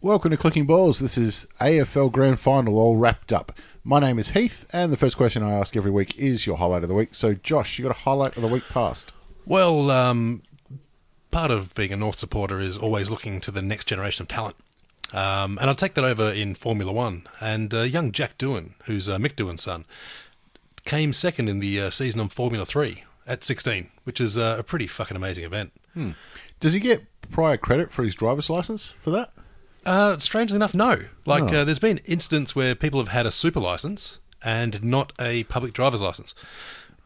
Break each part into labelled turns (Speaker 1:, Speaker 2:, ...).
Speaker 1: Welcome to Clicking Balls. This is AFL Grand Final all wrapped up. My name is Heath, and the first question I ask every week is your highlight of the week. So, Josh, you got a highlight of the week past?
Speaker 2: Well, um, part of being a North supporter is always looking to the next generation of talent. Um, and I'll take that over in Formula One. And uh, young Jack Doohan, who's uh, Mick Doohan's son, came second in the uh, season on Formula 3 at 16, which is uh, a pretty fucking amazing event.
Speaker 1: Does he get prior credit for his driver's license for that?
Speaker 2: Uh, strangely enough, no. Like, uh, there's been incidents where people have had a super license and not a public driver's license.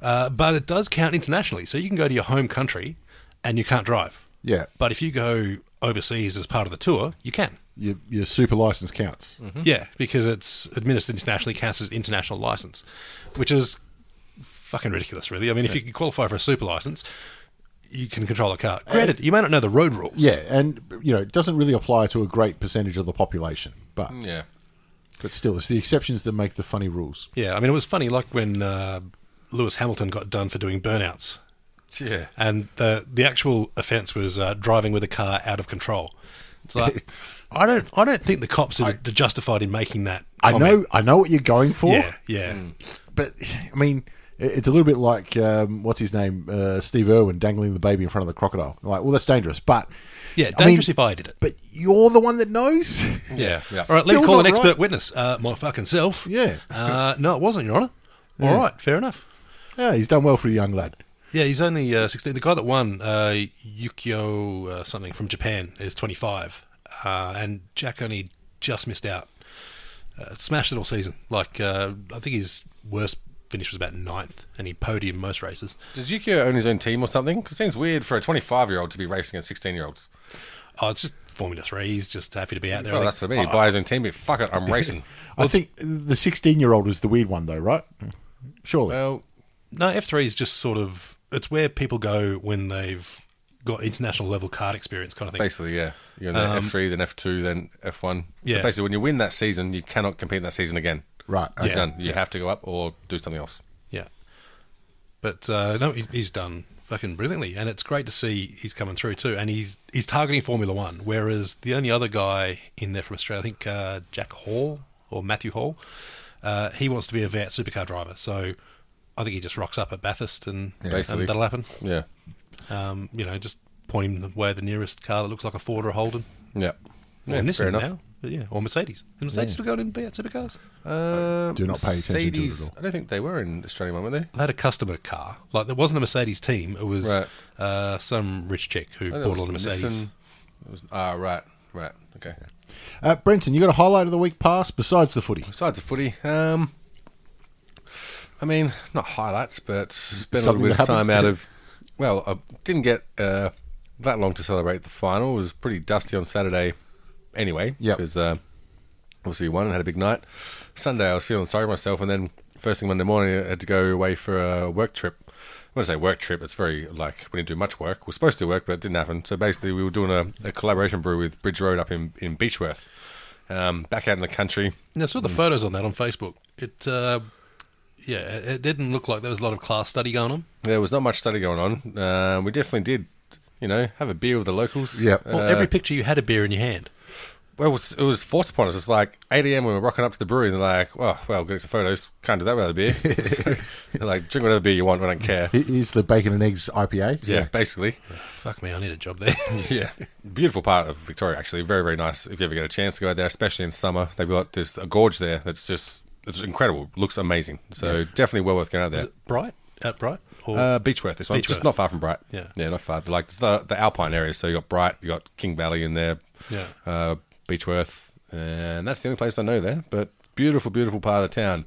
Speaker 2: Uh, but it does count internationally. So you can go to your home country and you can't drive.
Speaker 1: Yeah.
Speaker 2: But if you go overseas as part of the tour, you can.
Speaker 1: Your, your super license counts.
Speaker 2: Yeah, because it's administered internationally, counts as international license, which is fucking ridiculous, really. I mean, if you can qualify for a super license, you can control a car. Granted, you may not know the road rules.
Speaker 1: Yeah, and you know it doesn't really apply to a great percentage of the population, but
Speaker 3: Yeah.
Speaker 1: but still, it's the exceptions that make the funny rules.
Speaker 2: Yeah, I mean, it was funny, like when uh, Lewis Hamilton got done for doing burnouts.
Speaker 3: Yeah.
Speaker 2: and the the actual offence was uh, driving with a car out of control. It's like I don't I don't think the cops are justified in making that.
Speaker 1: I know,
Speaker 2: comment.
Speaker 1: I know what you're going for,
Speaker 2: Yeah, yeah,
Speaker 1: but I mean, it- it's a little bit like um, what's his name, uh, Steve Irwin, dangling the baby in front of the crocodile. Like, well, that's dangerous, but
Speaker 2: yeah.
Speaker 1: I
Speaker 2: Dangerous
Speaker 1: mean,
Speaker 2: if I did it.
Speaker 1: But you're the one that knows.
Speaker 2: Yeah.
Speaker 3: Yeah.
Speaker 2: All right, let
Speaker 1: Still
Speaker 2: me call
Speaker 1: not
Speaker 2: an expert
Speaker 1: right.
Speaker 2: witness. Uh, my fucking self.
Speaker 1: Yeah.
Speaker 2: Uh, no, it wasn't, Your Honour. All right, fair enough.
Speaker 1: yeah, he's done well for a young lad.
Speaker 2: Yeah, he's only uh, 16. The guy that won, uh, Yukio uh, something from Japan, is 25. Uh, and Jack only just missed out. Uh, smashed it all season. Like, uh, I think his worst finish was about ninth, and he podiumed most races.
Speaker 3: Does Yukio own his own team or something? 'Cause it seems weird for a 25 year old to be racing at 16 year olds.
Speaker 2: Oh, it's just Formula 3. He's just happy to be out there.
Speaker 3: Well,
Speaker 2: I
Speaker 3: Oh, that's
Speaker 2: think.
Speaker 3: what I
Speaker 1: Uh,
Speaker 3: mean. He buys his own team, but fuck it, I'm racing.
Speaker 1: I think the 16 year old is the weird one, though, right? Surely.
Speaker 2: Uh,
Speaker 3: Well,
Speaker 2: No, F three is just sort of it's where people go when they've got international level card experience, kind of thing.
Speaker 3: basically, yeah. You're in the
Speaker 1: Um,
Speaker 3: F3, then F2, then F1.
Speaker 2: Yeah.
Speaker 3: So basically, when you win that season, you cannot compete in that season again.
Speaker 1: right.
Speaker 3: You're
Speaker 2: Yeah.
Speaker 3: done. You have to go up or do something else.
Speaker 2: Yeah, but uh, no, he, he's done fucking brilliantly, and it's great to see he's coming through too. And he's he's targeting Formula One, whereas the only other guy in there from Australia, I think uh, Jack Hall or Matthew Hall, uh, he wants to be a VAT supercar driver. So I think he just rocks up at Bathurst, and,
Speaker 3: Basically.
Speaker 2: and that'll happen.
Speaker 3: Yeah.
Speaker 2: Um, you know, just point him the way the nearest car that looks like a Ford or a Holden.
Speaker 3: Yeah.
Speaker 2: Or
Speaker 3: Yeah,
Speaker 2: Nissan
Speaker 3: fair enough.
Speaker 2: now. But yeah, or Mercedes. Is Mercedes still going in be at supercars?
Speaker 3: Uh,
Speaker 1: Do not pay attention to it at all.
Speaker 3: I don't think they were in Australia, weren't they?
Speaker 2: They had a customer car. Like there wasn't a Mercedes team. It was
Speaker 3: Right.
Speaker 2: uh, some rich chick who
Speaker 3: I
Speaker 2: bought
Speaker 3: think
Speaker 2: all
Speaker 3: it
Speaker 2: the
Speaker 3: was
Speaker 2: Mercedes.
Speaker 3: Nissan. It was- Ah, right, right, okay.
Speaker 1: Uh, Brenton, you got a highlight of the week pass besides the footy?
Speaker 3: Besides the footy, um, I mean, not highlights, but spent a
Speaker 1: Something
Speaker 3: little bit
Speaker 1: that
Speaker 3: of time out
Speaker 1: happened.
Speaker 3: of. Well, I didn't get uh, that long to celebrate the final. It was pretty dusty on Saturday, anyway.
Speaker 1: Yep.
Speaker 3: because uh, obviously we won and had a big night. Sunday, I was feeling sorry for myself, and then first thing Monday morning, I had to go away for a work trip. When I say work trip, it's very like we didn't do much work. We're supposed to work, but it didn't happen. So basically, we were doing a, a collaboration brew with Bridge Road up in in Beechworth, um, back out in the country.
Speaker 2: Yeah, I saw
Speaker 3: Hmm.
Speaker 2: the photos on that on Facebook. It uh, yeah, it it didn't look like there was a lot of class study going on.
Speaker 3: There was not much study going on. Uh, we definitely did, you know, have a beer with the locals.
Speaker 1: Yep.
Speaker 3: Uh,
Speaker 2: Well, every picture you had a beer in your hand.
Speaker 3: well, it was, it was forced upon us. It's like 8 a.m. when we're rocking up to the brewery, and they're like, "Well, well, get some photos. Can't do that without a beer." So, they're like, "Drink whatever beer you want. We don't care."
Speaker 1: It is the bacon and eggs IPA.
Speaker 3: Yeah, basically.
Speaker 2: fuck me, I need a job there.
Speaker 3: Yeah, beautiful part of Victoria actually. Very very nice. If you ever get a chance to go out there, especially in summer, they've got this a gorge there that's just it's incredible. Looks amazing. So definitely well worth going out there.
Speaker 2: Bright? At Bright? Or
Speaker 3: Uh, Beechworth, this one, just
Speaker 2: Beechworth.
Speaker 3: not far from Bright.
Speaker 2: Yeah.
Speaker 3: yeah, not far. Like it's the, the Alpine area. So you got Bright, you got King Valley in there.
Speaker 2: Yeah.
Speaker 3: uh, Beechworth, and that's the only place I know there. But beautiful, beautiful part of the town.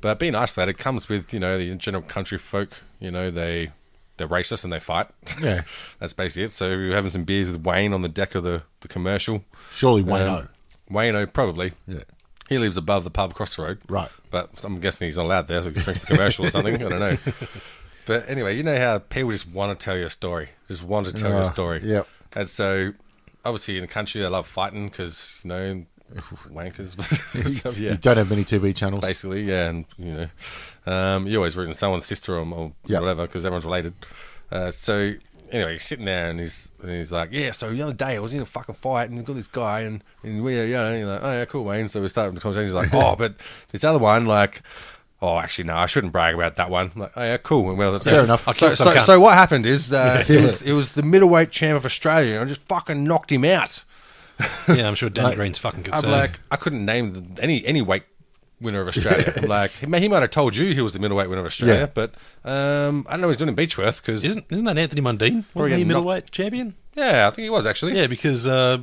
Speaker 3: But being isolated comes with you know the general country folk. You know they they're racist and they fight.
Speaker 1: Yeah.
Speaker 3: that's basically it. So we were having some beers with Wayne on the deck of the the commercial.
Speaker 1: Surely Wayne
Speaker 3: Um, Wayno, probably.
Speaker 1: Yeah.
Speaker 3: He lives above the pub across the road.
Speaker 1: Right.
Speaker 3: But I'm guessing he's not allowed there, so he just drinks the commercial or something. I don't know. But anyway, you know how people just want to tell you a story, just want to tell you
Speaker 1: Ah,
Speaker 3: a story.
Speaker 1: yep.
Speaker 3: And so, obviously, in the country, they love fighting because, you know, wankers. but- so, yeah.
Speaker 1: You don't have many TV channels.
Speaker 3: Basically, yeah. And, you know, um, you're always rooting for someone's sister or, or
Speaker 1: Yep.
Speaker 3: whatever because everyone's related. Uh, so, anyway, he's sitting there and he's and he's like, Yeah, so the other day I was in a fucking fight and got this guy and, and we, you know, and you're like, Oh, yeah, cool, Wayne. So we're starting the conversation. He's like, Oh, but this other one, like, Oh, actually, no, I shouldn't brag about that one. I'm like, oh, yeah, cool. And well, that's
Speaker 1: Fair enough. I'll
Speaker 3: So,
Speaker 1: keep some
Speaker 3: so,
Speaker 1: count.
Speaker 3: so what happened is uh, it, was, it was the middleweight champ of Australia, and I just fucking knocked him out.
Speaker 2: yeah, I'm sure Dan Green's fucking
Speaker 3: I'm
Speaker 2: concerned.
Speaker 3: like, I couldn't name the- any any weight winner of Australia. I'm like, he, may- he might have told you he was the middleweight winner of Australia, but um, I don't know what he's doing in Beechworth because
Speaker 2: isn't isn't that Anthony Mundine?
Speaker 3: Probably
Speaker 2: Wasn't he
Speaker 3: a knock-
Speaker 2: middleweight champion?
Speaker 3: yeah, I think he was actually.
Speaker 2: Yeah, because uh,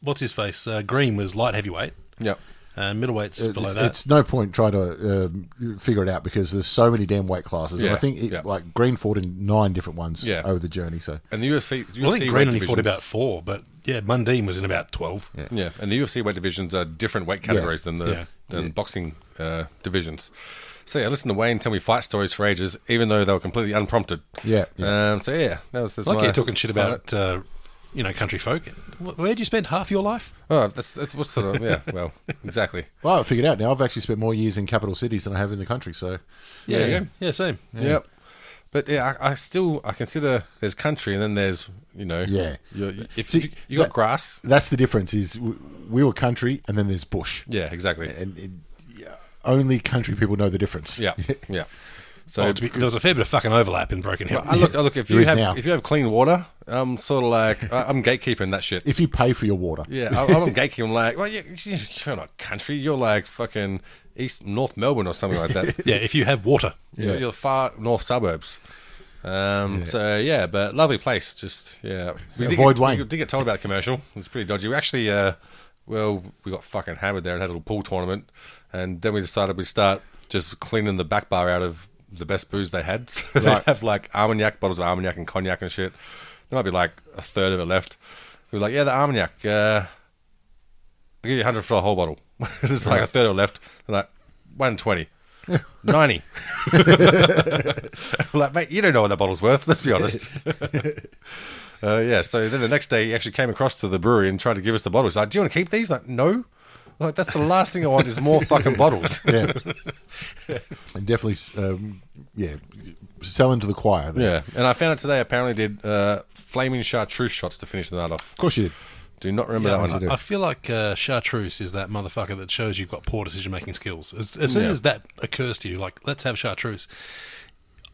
Speaker 2: what's his face? Uh, Green was light heavyweight,
Speaker 3: yeah.
Speaker 2: and middleweight's below
Speaker 1: It's,
Speaker 2: that.
Speaker 1: it's no point trying to um, figure it out because there's so many damn weight classes. And
Speaker 3: Yeah,
Speaker 1: I think it,
Speaker 3: yeah.
Speaker 1: like Green fought in nine different ones
Speaker 3: Yeah.
Speaker 1: over the journey. So
Speaker 3: And the UFC, UFC
Speaker 2: well, I think
Speaker 3: weight
Speaker 2: Green only fought
Speaker 3: divisions-
Speaker 2: about four, but yeah, Mundine was in about twelve. Yeah,
Speaker 3: Yeah, and the UFC weight divisions are different weight categories than the
Speaker 2: Yeah.
Speaker 3: than boxing uh, divisions. So yeah, listen to Wayne tell me fight stories for ages, even though they were completely unprompted.
Speaker 1: Yeah, yeah.
Speaker 3: Um, so yeah, that was that's
Speaker 2: like
Speaker 3: my-
Speaker 2: you're talking shit
Speaker 3: my-
Speaker 2: about uh, you know country folk. Wh- Where do you spend half your life?
Speaker 3: Oh, that's that's what's sort of yeah. Well, exactly.
Speaker 1: well, I figured out now. I've actually spent more years in capital cities than I have in the country. So
Speaker 3: Yeah, there you go.
Speaker 2: yeah, same.
Speaker 3: Yep. But yeah, I, I still I consider there's country and then there's you know
Speaker 1: Yeah.
Speaker 3: your- if
Speaker 1: See,
Speaker 3: you, you got
Speaker 1: that-
Speaker 3: grass
Speaker 1: that's the difference. Is w- we were country and then there's bush,
Speaker 3: yeah exactly
Speaker 1: and it, yeah, only country people know the difference.
Speaker 3: yeah yeah so
Speaker 2: Oh, to be- there was a fair bit of fucking overlap in Broken Hill.
Speaker 3: I look I look if
Speaker 1: There
Speaker 3: you
Speaker 1: is
Speaker 3: have
Speaker 1: now.
Speaker 3: if you have clean water I'm sort of like I- I'm gatekeeping that shit
Speaker 1: If you pay for your water,
Speaker 3: yeah I, I'm gatekeeping like well you, you're not country you're like fucking east North Melbourne or something like that
Speaker 2: yeah, if you have water.
Speaker 3: You're, you're far north suburbs. Um, So yeah, but lovely place. Just yeah, we did
Speaker 1: avoid
Speaker 3: get,
Speaker 1: Wayne.
Speaker 3: We did get told about the commercial. It's pretty dodgy. We actually, uh, well, we got fucking hammered there and had a little pool tournament, and then we decided we'd start just cleaning the back bar out of the best booze they had. So they
Speaker 1: Right.
Speaker 3: have like Armagnac bottles of Armagnac and cognac and shit. There might be like a third of it left. We were like, yeah, the Armagnac. Uh, I'll give you 100 for the whole bottle. There's like a third of left. They're like, 120. 90. I'm like, mate, you don't know what that bottle's worth, let's be honest. uh, yeah, so then the next day he actually came across to the brewery and tried to give us the bottles. He's like, do you want to keep these? Like, no. I'm like, that's the last thing I want is more fucking bottles.
Speaker 1: yeah, and definitely, um, yeah, selling to the choir. There.
Speaker 3: yeah. And I found out today apparently did uh, flaming chartreuse shots to finish the night off.
Speaker 1: of course you did.
Speaker 3: Do not remember
Speaker 2: Yeah,
Speaker 3: that one.
Speaker 2: I, I feel like uh, chartreuse is that motherfucker that shows you've got poor decision making skills. As, as soon
Speaker 3: Yeah.
Speaker 2: as that occurs to you, like let's have chartreuse,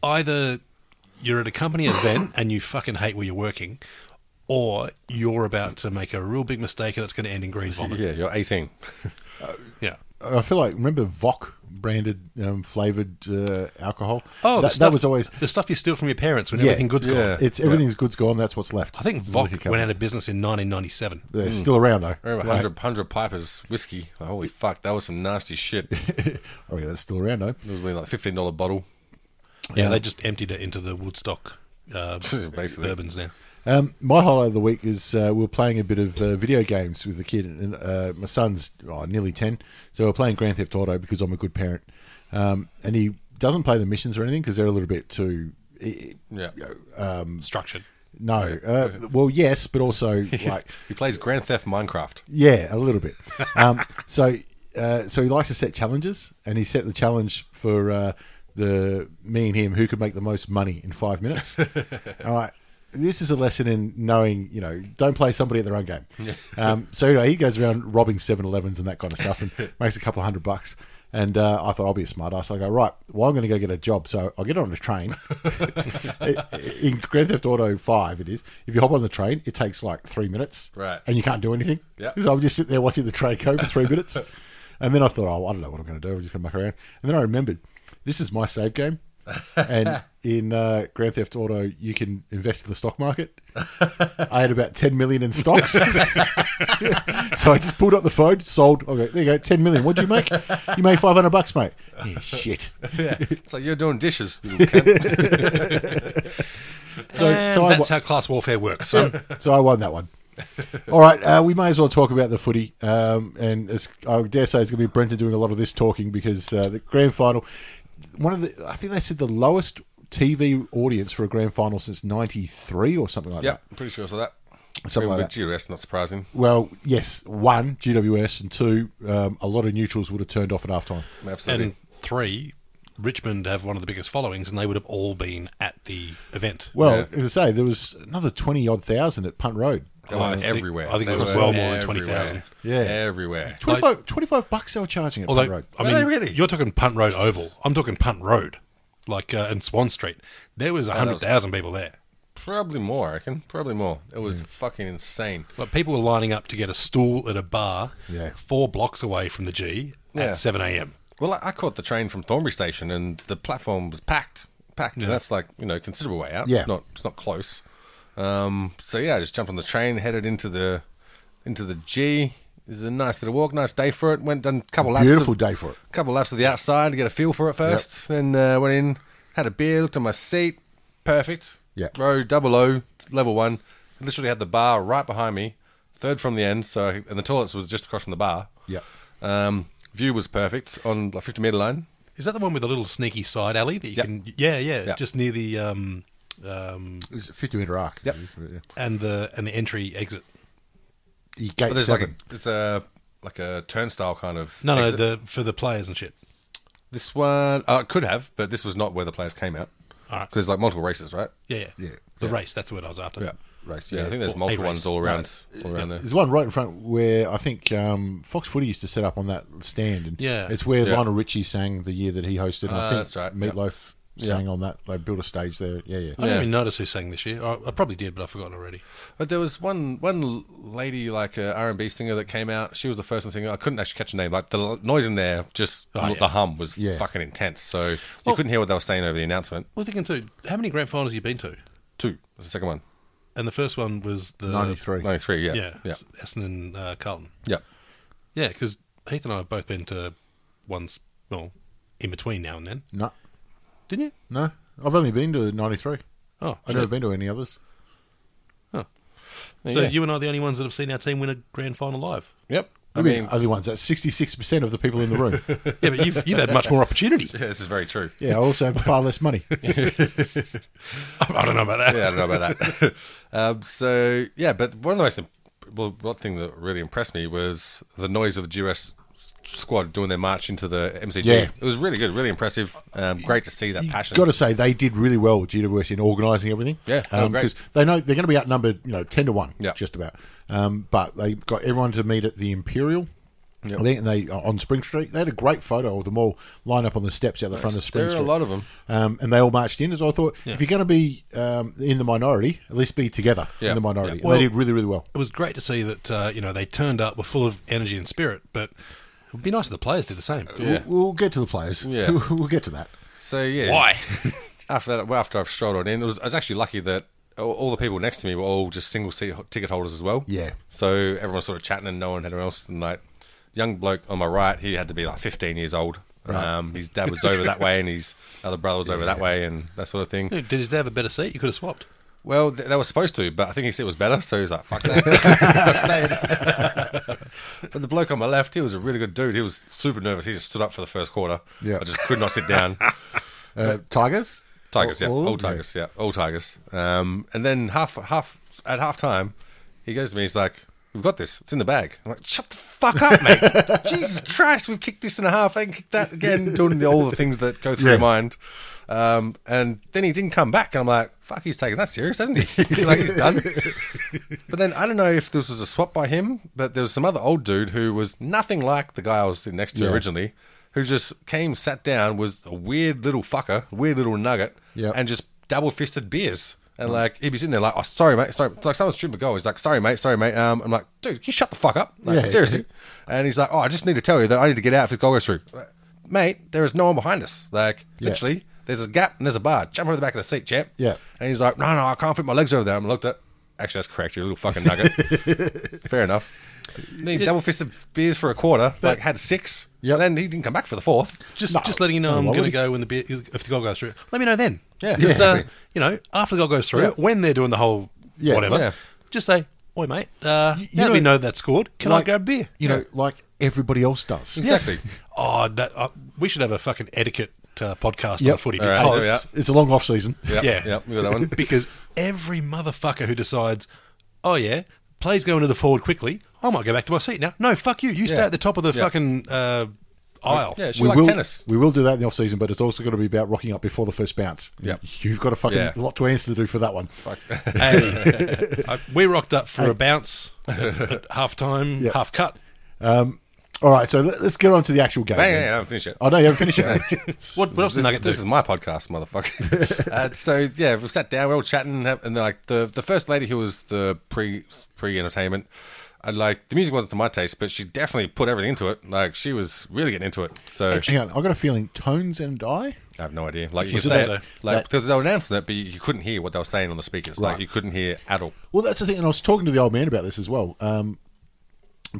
Speaker 2: either you're at a company event and you fucking hate where you're working, or you're about to make a real big mistake and it's going to end in green vomit.
Speaker 3: Yeah, you're 18.
Speaker 2: Yeah.
Speaker 1: I feel like remember Vok branded um, flavored uh, alcohol.
Speaker 2: Oh, the
Speaker 1: that,
Speaker 2: stuff-
Speaker 1: that was always
Speaker 2: the stuff you steal from your parents when everything good's
Speaker 3: yeah.
Speaker 2: gone.
Speaker 1: It's everything's good's gone. That's what's left.
Speaker 2: I think Hmm. Vok went out of business in 1997.
Speaker 1: They're still around though.
Speaker 3: I remember
Speaker 1: Right.
Speaker 3: 100, 100 Pipers whiskey. Holy fuck, that was some nasty shit. It
Speaker 1: Oh yeah, that's still around though.
Speaker 3: was only like $15 bottle.
Speaker 2: Yeah, they just emptied it into the Woodstock uh,
Speaker 3: Basically.
Speaker 2: bourbons now.
Speaker 1: Um, my highlight of the week is uh, we were playing a bit of uh, video games with the kid, and uh, my son's oh, nearly ten, so we're playing Grand Theft Auto because I'm a good parent, um, and he doesn't play the missions or anything because they're a little bit too.
Speaker 3: Yeah.
Speaker 2: Structured.
Speaker 1: No, uh, well, yes, but also like
Speaker 3: He plays Grand Theft Minecraft.
Speaker 1: Yeah, a little bit. Um, so, uh, so he likes to set challenges, and he set the challenge for uh, the me and him who could make the most money in five minutes. All right, this is a lesson in knowing, you know, don't play somebody at their own game. Um, so you know, he goes around robbing 7-Elevens and that kind of stuff, and makes a couple hundred bucks. And uh, I thought I'll be a smart ass. I go right. Well, I'm going to go get a job, so I'll get on the train. in Grand Theft Auto Five, it is. If you hop on the train, it takes like three minutes,
Speaker 3: Right.
Speaker 1: And you can't do anything.
Speaker 3: Yep.
Speaker 1: So I'm just sitting there watching the train go for three minutes. And then I thought, oh, I don't know what I'm going to do. I'm just going to muck around. And then I remembered, this is my save game. And in uh, Grand Theft Auto, you can invest in the stock market. I had about 10 million in stocks. so I just pulled up the phone, sold. Okay, there you go, 10 million. What'd you make? You made 500 bucks, mate. Yeah, shit.
Speaker 3: It's like you're doing dishes. little cunt.
Speaker 1: So,
Speaker 2: And
Speaker 1: so I,
Speaker 2: that's
Speaker 1: wa-
Speaker 2: how class warfare works. So
Speaker 1: so I won that one. All right, uh, we may as well talk about the footy, um, and it's, I dare say it's going to be Brenton doing a lot of this talking because uh, the grand final, one of the, I think they said the lowest TV audience for a grand final since '93 or something like
Speaker 3: yeah,
Speaker 1: that.
Speaker 3: I'm pretty sure I saw that.
Speaker 1: Something like
Speaker 3: With
Speaker 1: that.
Speaker 3: GWS, not surprising.
Speaker 1: Well, yes, one GWS and two, um, a lot of neutrals would have turned off at halftime.
Speaker 3: Absolutely.
Speaker 2: and three, Richmond have one of the biggest followings, and they would have all been at the event.
Speaker 1: Well, as I say, there was another twenty odd thousand at Punt Road.
Speaker 3: they were
Speaker 2: I think-
Speaker 3: everywhere.
Speaker 2: I think it
Speaker 3: They
Speaker 2: was
Speaker 3: were
Speaker 2: well more than
Speaker 3: everywhere.
Speaker 2: 20,000.
Speaker 1: Yeah.
Speaker 3: Everywhere.
Speaker 1: 25, 25 bucks they were charging at
Speaker 2: Although,
Speaker 1: Punt Road.
Speaker 2: I
Speaker 3: Were
Speaker 2: mean,
Speaker 3: they really?
Speaker 2: you're talking Punt Road Oval. I'm talking Punt Road, like uh, in Swan Street. There
Speaker 1: Oh,
Speaker 2: was hundred thousand people there.
Speaker 3: Probably more, I reckon. Probably more. It was fucking insane.
Speaker 2: Like people were lining up to get a stool at a bar,
Speaker 1: Yeah.
Speaker 2: four blocks away from the G
Speaker 3: Yeah.
Speaker 2: at seven a.m.
Speaker 3: Well, I, I caught the train from Thornbury Station, and the platform was packed, packed. And that's like you know, considerable way out.
Speaker 1: Yeah.
Speaker 3: It's not, it's not close. Um, so yeah, I just jumped on the train, headed into the, into the G. This is a nice little walk, nice day for it. Went done a couple laps.
Speaker 1: Beautiful
Speaker 3: of,
Speaker 1: day for it.
Speaker 3: Couple laps of the outside to get a feel for it first. Then uh, went in, had a beer, looked at my seat. Perfect.
Speaker 1: Yeah.
Speaker 3: Row double O, level one. Literally had the bar right behind me, third from the end. So and the toilets was just across from the bar.
Speaker 1: Yeah.
Speaker 3: Um, view was perfect on a 50 meter line.
Speaker 2: Is that the one with the little sneaky side alley that you
Speaker 3: Yep.
Speaker 2: can? Yeah, yeah,
Speaker 3: Yep.
Speaker 2: just near the um, um,
Speaker 1: It was a 50 metre arc.
Speaker 3: Yep.
Speaker 1: Yeah.
Speaker 2: and the and the entry exit.
Speaker 1: You Gate
Speaker 3: But there's
Speaker 1: seven.
Speaker 3: like a, it's a like a turnstile kind of.
Speaker 2: No,
Speaker 3: exit.
Speaker 2: no, the for the players and shit.
Speaker 3: this one uh, it could have, but this was not where the players came out.
Speaker 2: Alright.
Speaker 3: Because like multiple races, right?
Speaker 2: Yeah, yeah,
Speaker 1: Yeah.
Speaker 2: The race. That's the word I was after.
Speaker 1: Race,
Speaker 3: Yeah, I think there's
Speaker 2: Or
Speaker 3: multiple
Speaker 2: a
Speaker 3: ones
Speaker 2: race.
Speaker 3: all around, all around there.
Speaker 1: There's one right in front where I think um, Fox Footy used to set up on that stand, and
Speaker 2: Yeah.
Speaker 1: it's where
Speaker 3: Yeah.
Speaker 1: Lionel Richie sang the year that he hosted. And I
Speaker 3: Ah,
Speaker 1: think
Speaker 3: that's right, yep.
Speaker 1: Meatloaf sang on that. They built a stage there. Yeah, yeah.
Speaker 2: I didn't even notice who sang this year. I, I probably did, but I've forgotten already.
Speaker 3: But there was one one lady like a R and B singer that came out. She was the first one singer. I couldn't actually catch her name. Like the l- noise in there, just
Speaker 2: Oh,
Speaker 3: the
Speaker 2: yeah.
Speaker 3: hum was
Speaker 1: Yeah.
Speaker 3: fucking intense. So you couldn't hear what they were saying over the announcement.
Speaker 2: Well, thinking too. How many grand finals you been to?
Speaker 3: Two, that's the second one.
Speaker 2: And the first one was the
Speaker 1: 93.
Speaker 3: Ninety three, yeah,
Speaker 2: Yeah,
Speaker 3: yeah,
Speaker 2: S- Essendon uh, Carlton.
Speaker 3: yeah.
Speaker 2: Yeah, because Heath and I have both been to ones, well, in between now and then.
Speaker 1: No,
Speaker 2: Didn't you?
Speaker 1: no. I've only been to 93.
Speaker 2: Oh,
Speaker 1: I've never been to any others.
Speaker 2: so you and I are the only ones that have seen our team win a grand final live.
Speaker 3: Yep.
Speaker 1: I mean, only ones. That's 66% of the people in the room.
Speaker 2: Yeah, but you've, you've had much more opportunity.
Speaker 3: Yeah, this is very true.
Speaker 1: yeah, I also have far less money.
Speaker 2: I don't know about that.
Speaker 3: Yeah, I don't know about that. um, so yeah, but one of the most imp- well, one thing that really impressed me was the noise of the GRS squad doing their march into the MCG.
Speaker 1: Yeah.
Speaker 3: It was really good, really impressive. Um, great to see that passion.
Speaker 1: Got to say, they did really well with GWS in organising everything.
Speaker 3: Yeah, they were great.
Speaker 1: because they know they're going to be outnumbered, you know, ten to one,
Speaker 3: Yeah.
Speaker 1: just about. Um, but they got everyone to meet at the Imperial. I think, and they uh, on Spring Street. They had a great photo of them all lined up on the steps out the front of Spring
Speaker 3: there are a
Speaker 1: Street.
Speaker 3: lot of them.
Speaker 1: um, and they all marched in. So I thought, if you're going to be um, in the minority, at least be together
Speaker 3: Yeah.
Speaker 1: in the minority.
Speaker 2: Well-
Speaker 1: and they did really, really well.
Speaker 2: It was great to see that, uh, you know, they turned up, were full of energy and spirit, but it would be nice if the players did the same.
Speaker 1: We'll, we'll get to the players.
Speaker 3: Yeah.
Speaker 1: we'll get to that.
Speaker 3: So yeah,
Speaker 2: Why?
Speaker 3: after that? Well, after I've strolled on in, it was, I was actually lucky that all, all the people next to me were all just single seat ticket holders as well.
Speaker 1: Yeah.
Speaker 3: So everyone was sort of chatting, and no one had anyone else. And like young bloke on my right, he had to be like 15 years old. Um, his dad was over that way, and his other brother was over that way, and that sort of thing.
Speaker 2: did his dad have a better seat? You could have swapped.
Speaker 3: Well, th- they were supposed to, but I think he said it was better, so he was like, "Fuck that." I'm staying. but the bloke on my left, he was a really good dude. He was super nervous. He just stood up for the first quarter.
Speaker 1: Yeah.
Speaker 3: I just could not sit down.
Speaker 1: Uh, Tigers.
Speaker 3: Tigers, yeah,
Speaker 1: All- all-
Speaker 3: all Tigers, yeah, all Tigers. Um, and then half, half at half time, he goes to me. He's like, "We've got this. It's in the bag." I'm like, "Shut the fuck up, mate! Jesus Christ, we've kicked this in a half. I can kick that again." Doing the, all the things that go through
Speaker 1: Yeah.
Speaker 3: your mind. Um, and then he didn't come back, and I'm like, "Fuck, he's taking that serious, hasn't he?" like he's done. but then I don't know if this was a swap by him, but there was some other old dude who was nothing like the guy I was sitting next to
Speaker 1: Yeah.
Speaker 3: originally, who just came, sat down, was a weird little fucker, weird little nugget,
Speaker 1: Yeah. Mm.
Speaker 3: and just double fisted beers. And like he'd be sitting there like, oh sorry mate, sorry. It's like someone's tripped a goal. He's like, sorry mate, sorry mate. Um, I'm like, dude, can you shut the fuck up? Like,
Speaker 1: Yeah.
Speaker 3: seriously. And he's like, oh, I just need to tell you that I need to get out if the goal goes through. Like, Mate, there is no one behind us. Like
Speaker 1: Yeah.
Speaker 3: literally, there's a gap and there's a bar. Jump over the back of the seat, champ.
Speaker 1: Yeah.
Speaker 3: And he's like, no, no, I can't fit my legs over there. I'm looked at. Actually, that's correct. You're a little fucking nugget. Fair enough. Then he double fisted beers for a quarter. like had six.
Speaker 1: Yep.
Speaker 3: And then he didn't come back for the fourth.
Speaker 2: Just,
Speaker 1: No.
Speaker 2: just letting you know
Speaker 1: No,
Speaker 2: I'm
Speaker 1: why would
Speaker 2: going to
Speaker 1: he?
Speaker 2: go when the beer, if the goal goes through. Let me know then.
Speaker 3: Yeah.
Speaker 2: Just,
Speaker 3: Yeah.
Speaker 2: Uh, you know, after the goal goes through,
Speaker 3: Yeah.
Speaker 2: when they're doing the whole
Speaker 1: Yeah.
Speaker 2: whatever,
Speaker 3: Yeah.
Speaker 2: just say, "Oi, mate, uh, you,
Speaker 1: know-
Speaker 2: let me know that scored. Can I
Speaker 1: like-
Speaker 2: grab a beer?"
Speaker 1: You know, like everybody else does.
Speaker 3: Exactly.
Speaker 2: Oh, that uh, we should have a fucking etiquette uh, podcast
Speaker 1: Yep.
Speaker 2: on footy.
Speaker 3: All right,
Speaker 2: because-
Speaker 3: there we are.
Speaker 1: It's a long off season.
Speaker 3: Yep,
Speaker 2: Yeah.
Speaker 3: Yep. We got that one.
Speaker 2: because every motherfucker who decides, oh yeah, plays go into the forward quickly. I might go back to my seat now. No, fuck you. You stay
Speaker 3: Yeah.
Speaker 2: at the top of the
Speaker 3: Yeah.
Speaker 2: fucking uh, aisle.
Speaker 3: Yeah, she
Speaker 1: We
Speaker 3: like
Speaker 1: will,
Speaker 3: tennis.
Speaker 1: we will do that in the off season, but it's also going to be about rocking up before the first bounce.
Speaker 3: Yep.
Speaker 1: You've got a fucking
Speaker 3: Yeah.
Speaker 1: lot to answer to do for that one.
Speaker 2: Hey, I- we uh, rocked up for a bounce at, at half time,
Speaker 1: Yeah.
Speaker 2: half cut.
Speaker 1: All right, so let, let's get on to the actual game.
Speaker 3: Hang on,
Speaker 1: then.
Speaker 3: hang on, I haven't finished yet.
Speaker 1: Oh, no, you haven't finished it.
Speaker 2: What, what else did
Speaker 3: this,
Speaker 2: Nugget do?
Speaker 3: this is my podcast, motherfucker. uh, so yeah, we sat down, we are all chatting, have- and like the the first lady who was the pre pre entertainment, I like the music wasn't to my taste, but she definitely put everything into it. Like she was really getting into it. So
Speaker 1: hang on, I've got a feeling Tones and I?
Speaker 3: I have no idea. Like you
Speaker 2: Was
Speaker 3: could
Speaker 2: it
Speaker 3: say,
Speaker 2: that-
Speaker 3: it, like because they were announcing it, but you, you couldn't hear what they were saying on the speakers. Like
Speaker 1: Right.
Speaker 3: you couldn't hear at all.
Speaker 1: Well, that's the thing, and I was talking to the old man about this as well. Um,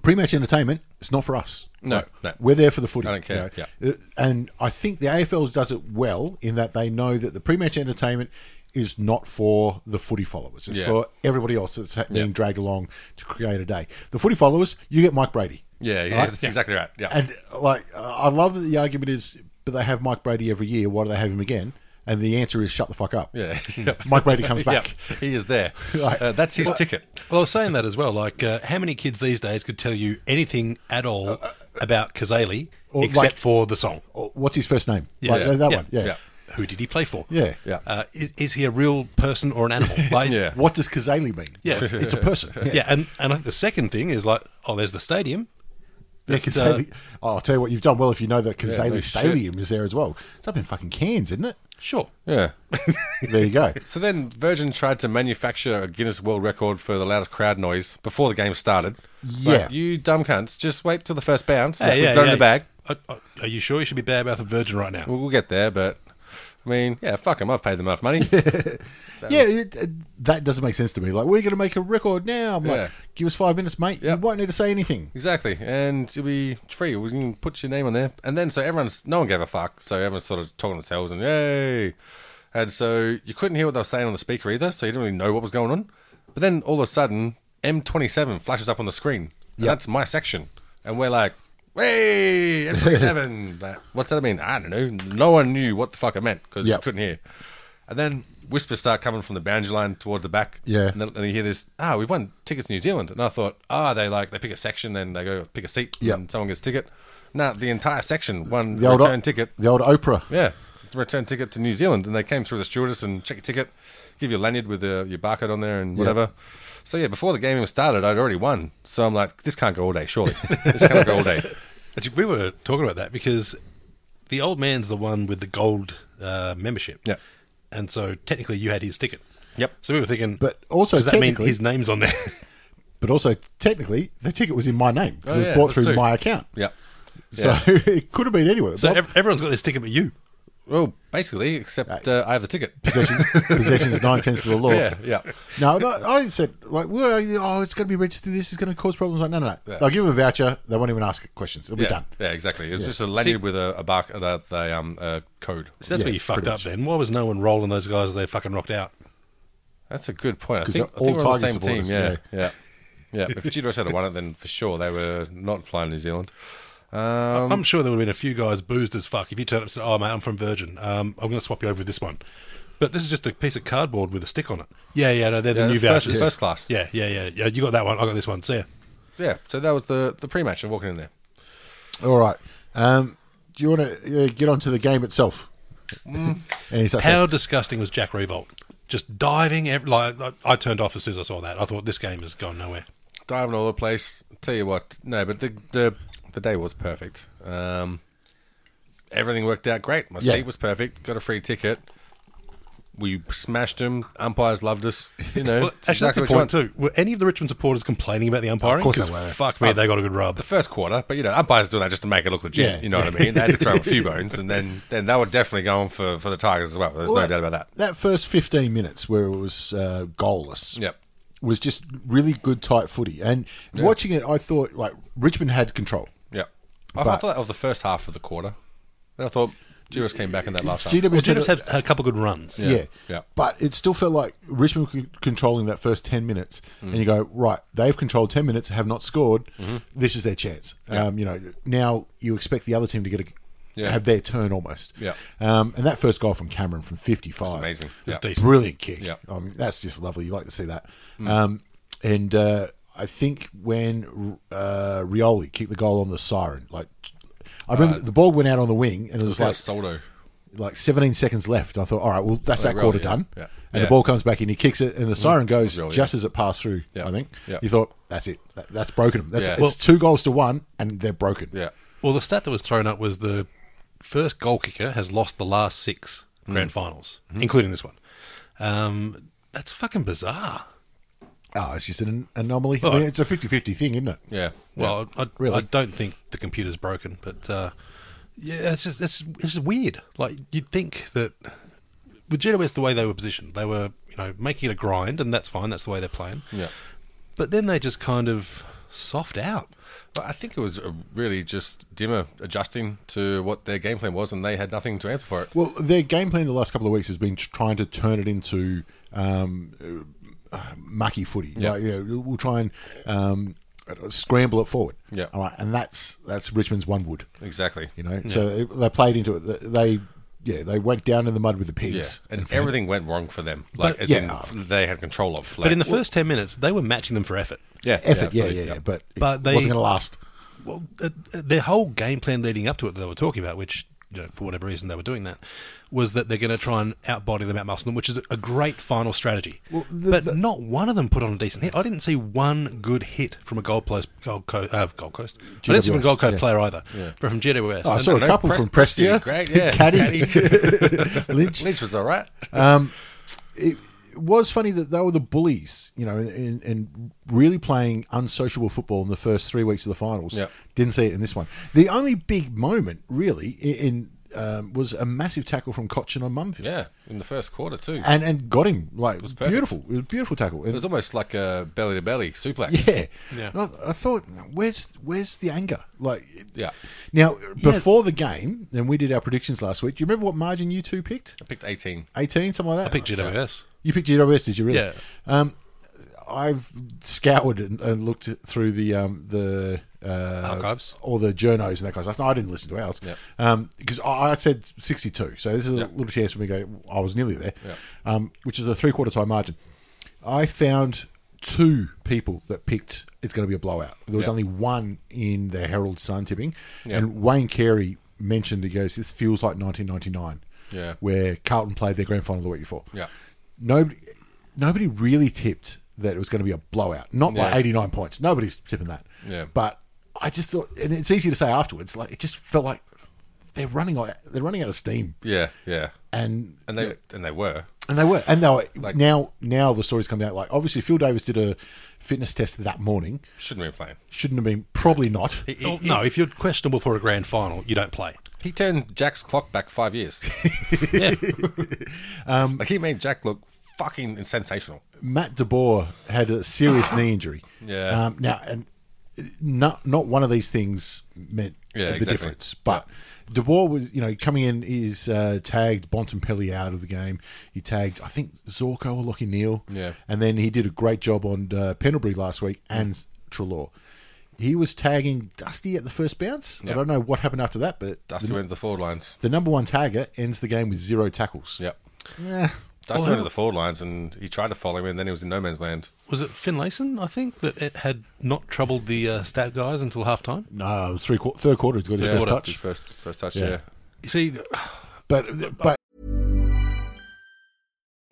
Speaker 1: pre-match entertainment, it's not for us.
Speaker 3: No,
Speaker 1: Like,
Speaker 3: no.
Speaker 1: we're there for the footy.
Speaker 3: I don't care,
Speaker 1: Uh, And I think the AFL does it well in that they know that the pre-match entertainment is not for the footy followers. It's
Speaker 3: Yeah.
Speaker 1: for everybody else that's ha- being
Speaker 3: Yeah.
Speaker 1: dragged along to create a day. The footy followers, you get Mike Brady.
Speaker 3: Yeah, yeah,
Speaker 1: Right?
Speaker 3: that's exactly right. Yeah,
Speaker 1: And like, I love that the argument is, but they have Mike Brady every year. Why do they have him again? And the answer is, shut the fuck up.
Speaker 3: Yeah.
Speaker 1: Mike Brady comes back.
Speaker 3: yeah, he is there.
Speaker 1: Like-
Speaker 3: Uh, that's his ticket.
Speaker 2: Well, I was saying that as well. Like, uh, how many kids these days could tell you anything at all about Kazali
Speaker 1: Uh, Or,
Speaker 2: except
Speaker 1: like-
Speaker 2: for the song?
Speaker 1: Oh, What's his first name?
Speaker 2: Yeah.
Speaker 1: Like, that
Speaker 2: Yeah.
Speaker 1: one. Yeah.
Speaker 3: Yeah.
Speaker 2: Who did he play for?
Speaker 1: Yeah, yeah.
Speaker 2: Uh, is, is he a real person or an animal? Like,
Speaker 3: Yeah.
Speaker 1: What does Kazali mean?
Speaker 2: Yeah.
Speaker 1: It's, it's a person.
Speaker 2: yeah. And and I think the second thing is like, oh, there's the stadium.
Speaker 1: Yeah,
Speaker 2: But,
Speaker 1: Kazali. oh, I'll tell you what, you've done well if you know that
Speaker 3: uh, Yeah,
Speaker 1: Kazali
Speaker 3: no shit.
Speaker 1: Stadium is there as well. It's up in fucking Cairns, isn't it?
Speaker 2: Sure.
Speaker 3: Yeah.
Speaker 1: There you go.
Speaker 3: So then Virgin tried to manufacture a Guinness World Record for the loudest crowd noise before the game started.
Speaker 1: Yeah.
Speaker 3: Like, you dumb cunts, just wait till the first bounce.
Speaker 2: Hey,
Speaker 3: We've got it in the bag.
Speaker 2: Are, are- are you sure you should be bad mouth of virgin right now?
Speaker 3: We'll, we'll get there, but I mean, yeah, fuck them. I've paid them enough money.
Speaker 1: yeah, it, it, that doesn't make sense to me. Like, we're going to make a record now. I'm
Speaker 3: Yeah.
Speaker 1: like, give us five minutes, mate. You
Speaker 3: Yep.
Speaker 1: won't need to say anything.
Speaker 3: exactly. And it'll be free. We can put your name on there. And then so everyone's, no one gave a fuck. So everyone's sort of talking themselves and yay. And so you couldn't hear what they were saying on the speaker either. So you didn't really know what was going on. But then all of a sudden, M27 flashes up on the screen. And That's my section. And we're like, hey, M27. like, what's that mean? I don't know. No one knew what the fuck it meant because
Speaker 1: Yep.
Speaker 3: you couldn't hear. And then whispers start coming from the boundary line towards the back.
Speaker 1: Yeah.
Speaker 3: And, then, and you hear this, ah, we've won tickets to New Zealand. And I thought, ah, they like, they pick a section, then they go pick a seat,
Speaker 1: Yeah.
Speaker 3: and someone gets a ticket. No, the entire section won
Speaker 1: The old,
Speaker 3: return ticket.
Speaker 1: the old Oprah.
Speaker 3: Yeah, it's a return ticket to New Zealand, and they came through the stewardess and check your ticket, give you a lanyard with uh, your barcode on there and whatever. So yeah, before the game even started, I'd already won. So I'm like, this can't go all day, surely. this can't go all day.
Speaker 2: Actually, we were talking about that because the old man's the one with the gold uh, membership.
Speaker 3: Yeah.
Speaker 2: And so technically, you had his ticket.
Speaker 3: Yep.
Speaker 2: So we were thinking,
Speaker 1: But also
Speaker 2: does that mean
Speaker 1: technically-
Speaker 2: his name's on there?
Speaker 1: But also, technically, the ticket was in my name because
Speaker 3: Oh,
Speaker 1: it was
Speaker 3: yeah,
Speaker 1: bought
Speaker 3: that's
Speaker 1: through
Speaker 3: true.
Speaker 1: my account.
Speaker 3: Yeah.
Speaker 1: So it could have been anyone.
Speaker 2: so
Speaker 1: Well,
Speaker 2: ev- everyone's got this ticket, but you.
Speaker 3: Well, basically, except uh, I have the ticket.
Speaker 1: possession, possessions nine tenths of the law.
Speaker 3: yeah, yeah.
Speaker 1: No, no, I said like, well, oh, it's going to be registered. This is going to cause problems. Like, no, no, no.
Speaker 3: Yeah.
Speaker 1: They'll give them a voucher. They won't even ask questions. It'll
Speaker 3: Yeah,
Speaker 1: be done.
Speaker 3: yeah, exactly. It's just a lanyard with a, a barcode, the, the um, uh, code.
Speaker 2: So that's where you fucked up then. Why was no one rolling those guys as they fucking rocked out?
Speaker 3: That's a good point. I
Speaker 1: 'Cause
Speaker 3: think,
Speaker 1: they're
Speaker 3: I think
Speaker 1: all
Speaker 3: we're on the
Speaker 1: Tiger
Speaker 3: same team.
Speaker 1: supporters,
Speaker 3: Yeah, yeah, yeah. If GWS had won it, then for sure they were not flying to New Zealand. Um,
Speaker 2: I'm sure there would have been a few guys boozed as fuck if you turned up and said, oh, mate, I'm from Virgin. Um, I'm going to swap you over with this one. But this is just a piece of cardboard with a stick on it. Yeah, yeah, no, they're
Speaker 3: Yeah,
Speaker 2: the new
Speaker 3: it's first-
Speaker 2: vouchers.
Speaker 3: first class.
Speaker 2: Yeah, yeah, yeah, yeah. You got that one. I got this one. See ya.
Speaker 3: yeah, so that was the the pre-match and walking in there.
Speaker 1: All right. Um, do you want to uh, get on to the game itself?
Speaker 3: Mm.
Speaker 1: And he starts
Speaker 2: How disgusting was Jack Revolt? Just diving, ev like, like I turned off as soon as I saw that. I thought this game has gone nowhere.
Speaker 3: Diving all over the place. Tell you what, no, but the the, the day was perfect. Um, everything worked out great. My
Speaker 1: Yeah.
Speaker 3: seat was perfect. Got a free ticket. We smashed them. Umpires loved us. You know,
Speaker 2: Well,
Speaker 3: it's
Speaker 2: actually,
Speaker 3: exactly
Speaker 2: that's a
Speaker 3: what you want.
Speaker 2: point too. Were any of the Richmond supporters complaining about the umpiring?
Speaker 1: Of course they
Speaker 2: 'Cause
Speaker 1: were.
Speaker 2: Fuck me, they got a good rub.
Speaker 3: the first quarter, but you know, umpires doing that just to make it look legit.
Speaker 1: Yeah.
Speaker 3: You know what I mean? They had to throw a few bones, and then then they were definitely going for for the Tigers as well. There's
Speaker 1: Well,
Speaker 3: no doubt about that.
Speaker 1: That first 15 minutes where it was uh, goalless
Speaker 3: Yep.
Speaker 1: was just really good, tight footy. And watching it, I thought, like, Richmond had control.
Speaker 3: Yeah,
Speaker 1: But-
Speaker 3: I thought that of the first half of the quarter. Then I thought Juris came back in that last half.
Speaker 1: GW
Speaker 2: Well,
Speaker 1: said
Speaker 2: Jennings
Speaker 1: it-
Speaker 2: had, had a couple good runs.
Speaker 1: yeah.
Speaker 3: Yeah.
Speaker 1: But it still felt like Richmond c- controlling that first 10 minutes. And you go, right, they've controlled 10 minutes, have not scored.
Speaker 3: Mm-hmm.
Speaker 1: This is their chance. Um, you know, now you expect the other team to get a.
Speaker 3: Yeah.
Speaker 1: Have their turn almost,
Speaker 3: Yeah.
Speaker 1: Um, and that first goal from Cameron from fifty-five,
Speaker 3: amazing.
Speaker 2: It's
Speaker 3: Yeah.
Speaker 2: decent.
Speaker 1: brilliant kick.
Speaker 3: Yeah. Mm.
Speaker 1: I mean, that's just lovely. You like to see that. Um, and uh, I think when uh, Rioli kicked the goal on the siren, like I remember
Speaker 3: Uh,
Speaker 1: the ball went out on the wing, and it was
Speaker 3: Without
Speaker 1: like
Speaker 3: Soldo.
Speaker 1: like 17 seconds left. I thought, all right, well, that's that
Speaker 3: Rioli,
Speaker 1: quarter
Speaker 3: Oh, yeah.
Speaker 1: done.
Speaker 3: Yeah.
Speaker 1: And
Speaker 3: Yeah.
Speaker 1: the ball comes back in, he kicks it, and the siren goes
Speaker 3: Rioli,
Speaker 1: just
Speaker 3: yeah.
Speaker 1: as it passed through.
Speaker 3: Yeah.
Speaker 1: I think
Speaker 3: Yeah.
Speaker 1: you thought that's it. That, that's broken them. That's
Speaker 3: Yeah.
Speaker 1: it's
Speaker 3: Well-
Speaker 1: two goals to one, and they're broken.
Speaker 3: Yeah,
Speaker 2: Well, the stat that was thrown up was the first goal kicker has lost the last six
Speaker 3: Mm.
Speaker 2: grand finals,
Speaker 3: Mm-hmm.
Speaker 2: including this one. Um, that's fucking bizarre.
Speaker 1: Oh, it's just an anomaly. I mean, it's a 50-50 thing, isn't it?
Speaker 3: yeah.
Speaker 2: Well, I,
Speaker 1: Really?
Speaker 2: I don't think the computer's broken, but uh, yeah, it's just it's, it's just weird. Like you'd think that with GWS the way they were positioned, they were you know making it a grind, and that's fine. That's the way they're playing.
Speaker 3: Yeah.
Speaker 2: But then they just kind of soft out.
Speaker 3: But I think it was uh, really just Dimmer adjusting to what their game plan was, and they had nothing to answer for it.
Speaker 1: Well, their game plan the last couple of weeks has been trying to turn it into um, uh, mucky footy. Like, you know, we'll try and um, scramble it forward.
Speaker 3: Yeah.
Speaker 1: All right, and that's that's Richmond's one wood.
Speaker 3: Exactly.
Speaker 1: You know, so they, they played into it. They yeah, they went down in the mud with the
Speaker 3: Yeah,
Speaker 1: pigs.
Speaker 3: and everything went wrong for them. Like, as
Speaker 1: yeah.
Speaker 3: in, they had control of.
Speaker 2: But in the first ten minutes, they were matching them for effort.
Speaker 3: yeah,
Speaker 1: effort, yeah,
Speaker 3: absolutely.
Speaker 1: yeah, yeah, But,
Speaker 2: But
Speaker 1: it
Speaker 2: they-
Speaker 1: wasn't going to last.
Speaker 2: Well, uh, uh, their whole game plan leading up to it that they were talking about, which you know, for whatever reason they were doing that, was that they're going to try and outbody them, outmuscle them, which is a great final strategy. but not one of them put on a decent hit. I didn't see one good hit from a Gold Coast. Gold Coast, uh, Gold Coast. I didn't see from a
Speaker 1: GWS,
Speaker 2: Gold Coast
Speaker 1: yeah.
Speaker 2: player either, but from GWS.
Speaker 1: I
Speaker 2: And-
Speaker 1: saw a
Speaker 3: Oh, no,
Speaker 1: couple
Speaker 3: Pres-
Speaker 1: from Prestia,
Speaker 3: Prestia, great, yeah.
Speaker 1: Caddy, Lynch.
Speaker 3: Lynch was all right.
Speaker 1: it was funny that they were the bullies, you know, and, and really playing unsociable football in the first three weeks of the finals.
Speaker 3: Yeah.
Speaker 1: Didn't see it in this one. The only big moment, really, in in, um, was a massive tackle from Cochin on Mumfield.
Speaker 3: yeah, in the first quarter too.
Speaker 1: And, and got him like it was
Speaker 3: perfect.
Speaker 1: beautiful. It was a beautiful tackle.
Speaker 3: It was almost like a belly to belly suplex.
Speaker 1: yeah,
Speaker 2: Yeah.
Speaker 1: And I, I thought, where's where's the anger? Like,
Speaker 3: Yeah.
Speaker 1: Now before the game, and we did our predictions last week. Do you remember what margin you two picked?
Speaker 3: I picked 18.
Speaker 1: Eighteen, something like that.
Speaker 2: I picked GWS.
Speaker 1: You picked GWS, did you really?
Speaker 2: Yeah.
Speaker 1: Um, I've scoured and, and looked through the um, the uh,
Speaker 2: Archives.
Speaker 1: all the journos and that kind of stuff. No, I didn't listen to ours
Speaker 3: Yep.
Speaker 1: because I, I said sixty two. So this is a little chance for me to go. I was nearly there,
Speaker 3: Yep.
Speaker 1: um, which is a three quarter time margin. I found two people that picked it's going to be a blowout. There was
Speaker 3: Yep.
Speaker 1: only one in the Herald Sun tipping,
Speaker 3: Yep.
Speaker 1: and Wayne Carey mentioned he goes, "This feels like 1999."
Speaker 3: Yeah.
Speaker 1: where Carlton played their grand final the week before
Speaker 3: Yeah.
Speaker 1: nobody nobody really tipped that it was going to be a blowout. Not by
Speaker 3: Yeah.
Speaker 1: 89 points. Nobody's tipping that.
Speaker 3: Yeah.
Speaker 1: But I just thought, and it's easy to say afterwards. Like it just felt like they're running out. They're running out of steam,
Speaker 3: Yeah, yeah.
Speaker 1: and
Speaker 3: And they and they were.
Speaker 1: and they were, and they were.
Speaker 3: Like-
Speaker 1: now, now the story's coming out. Like obviously, Phil Davis did a fitness test that morning.
Speaker 3: Shouldn't be playing.
Speaker 1: Shouldn't have been. Probably not.
Speaker 2: Oh, no, if you're questionable for a grand final, you don't play.
Speaker 3: He turned Jack's clock back five years.
Speaker 2: Yeah.
Speaker 1: Um,
Speaker 3: like he made Jack look fucking sensational.
Speaker 1: Matt De Boer had a serious knee injury.
Speaker 3: Yeah.
Speaker 1: Um, now, and not not one of these things meant
Speaker 3: Yeah,
Speaker 1: the
Speaker 3: exactly.
Speaker 1: difference. But De Boer was, you know, coming in is uh, tagged Bontempelli out of the game. He tagged, I think, Zorko or Lockie Neal.
Speaker 3: Yeah.
Speaker 1: And then he did a great job on uh, Pendlebury last week and Trelaw. He was tagging Dusty at the first bounce. I
Speaker 3: Yeah.
Speaker 1: don't know what happened after that, but
Speaker 3: Dusty
Speaker 1: the,
Speaker 3: went to the forward lines.
Speaker 1: the number one tagger ends the game with zero tackles.
Speaker 3: Yep.
Speaker 1: Yeah.
Speaker 3: Dusty went to the forward lines and he tried to follow him and then he was in no man's land.
Speaker 2: Was it Finlayson, I think, that it had not troubled the uh, stat guys until half time?
Speaker 1: No, three qu- third quarter he got his first
Speaker 3: His
Speaker 1: touch.
Speaker 3: first, first touch,
Speaker 1: Yeah.
Speaker 3: yeah.
Speaker 2: You see,
Speaker 1: But but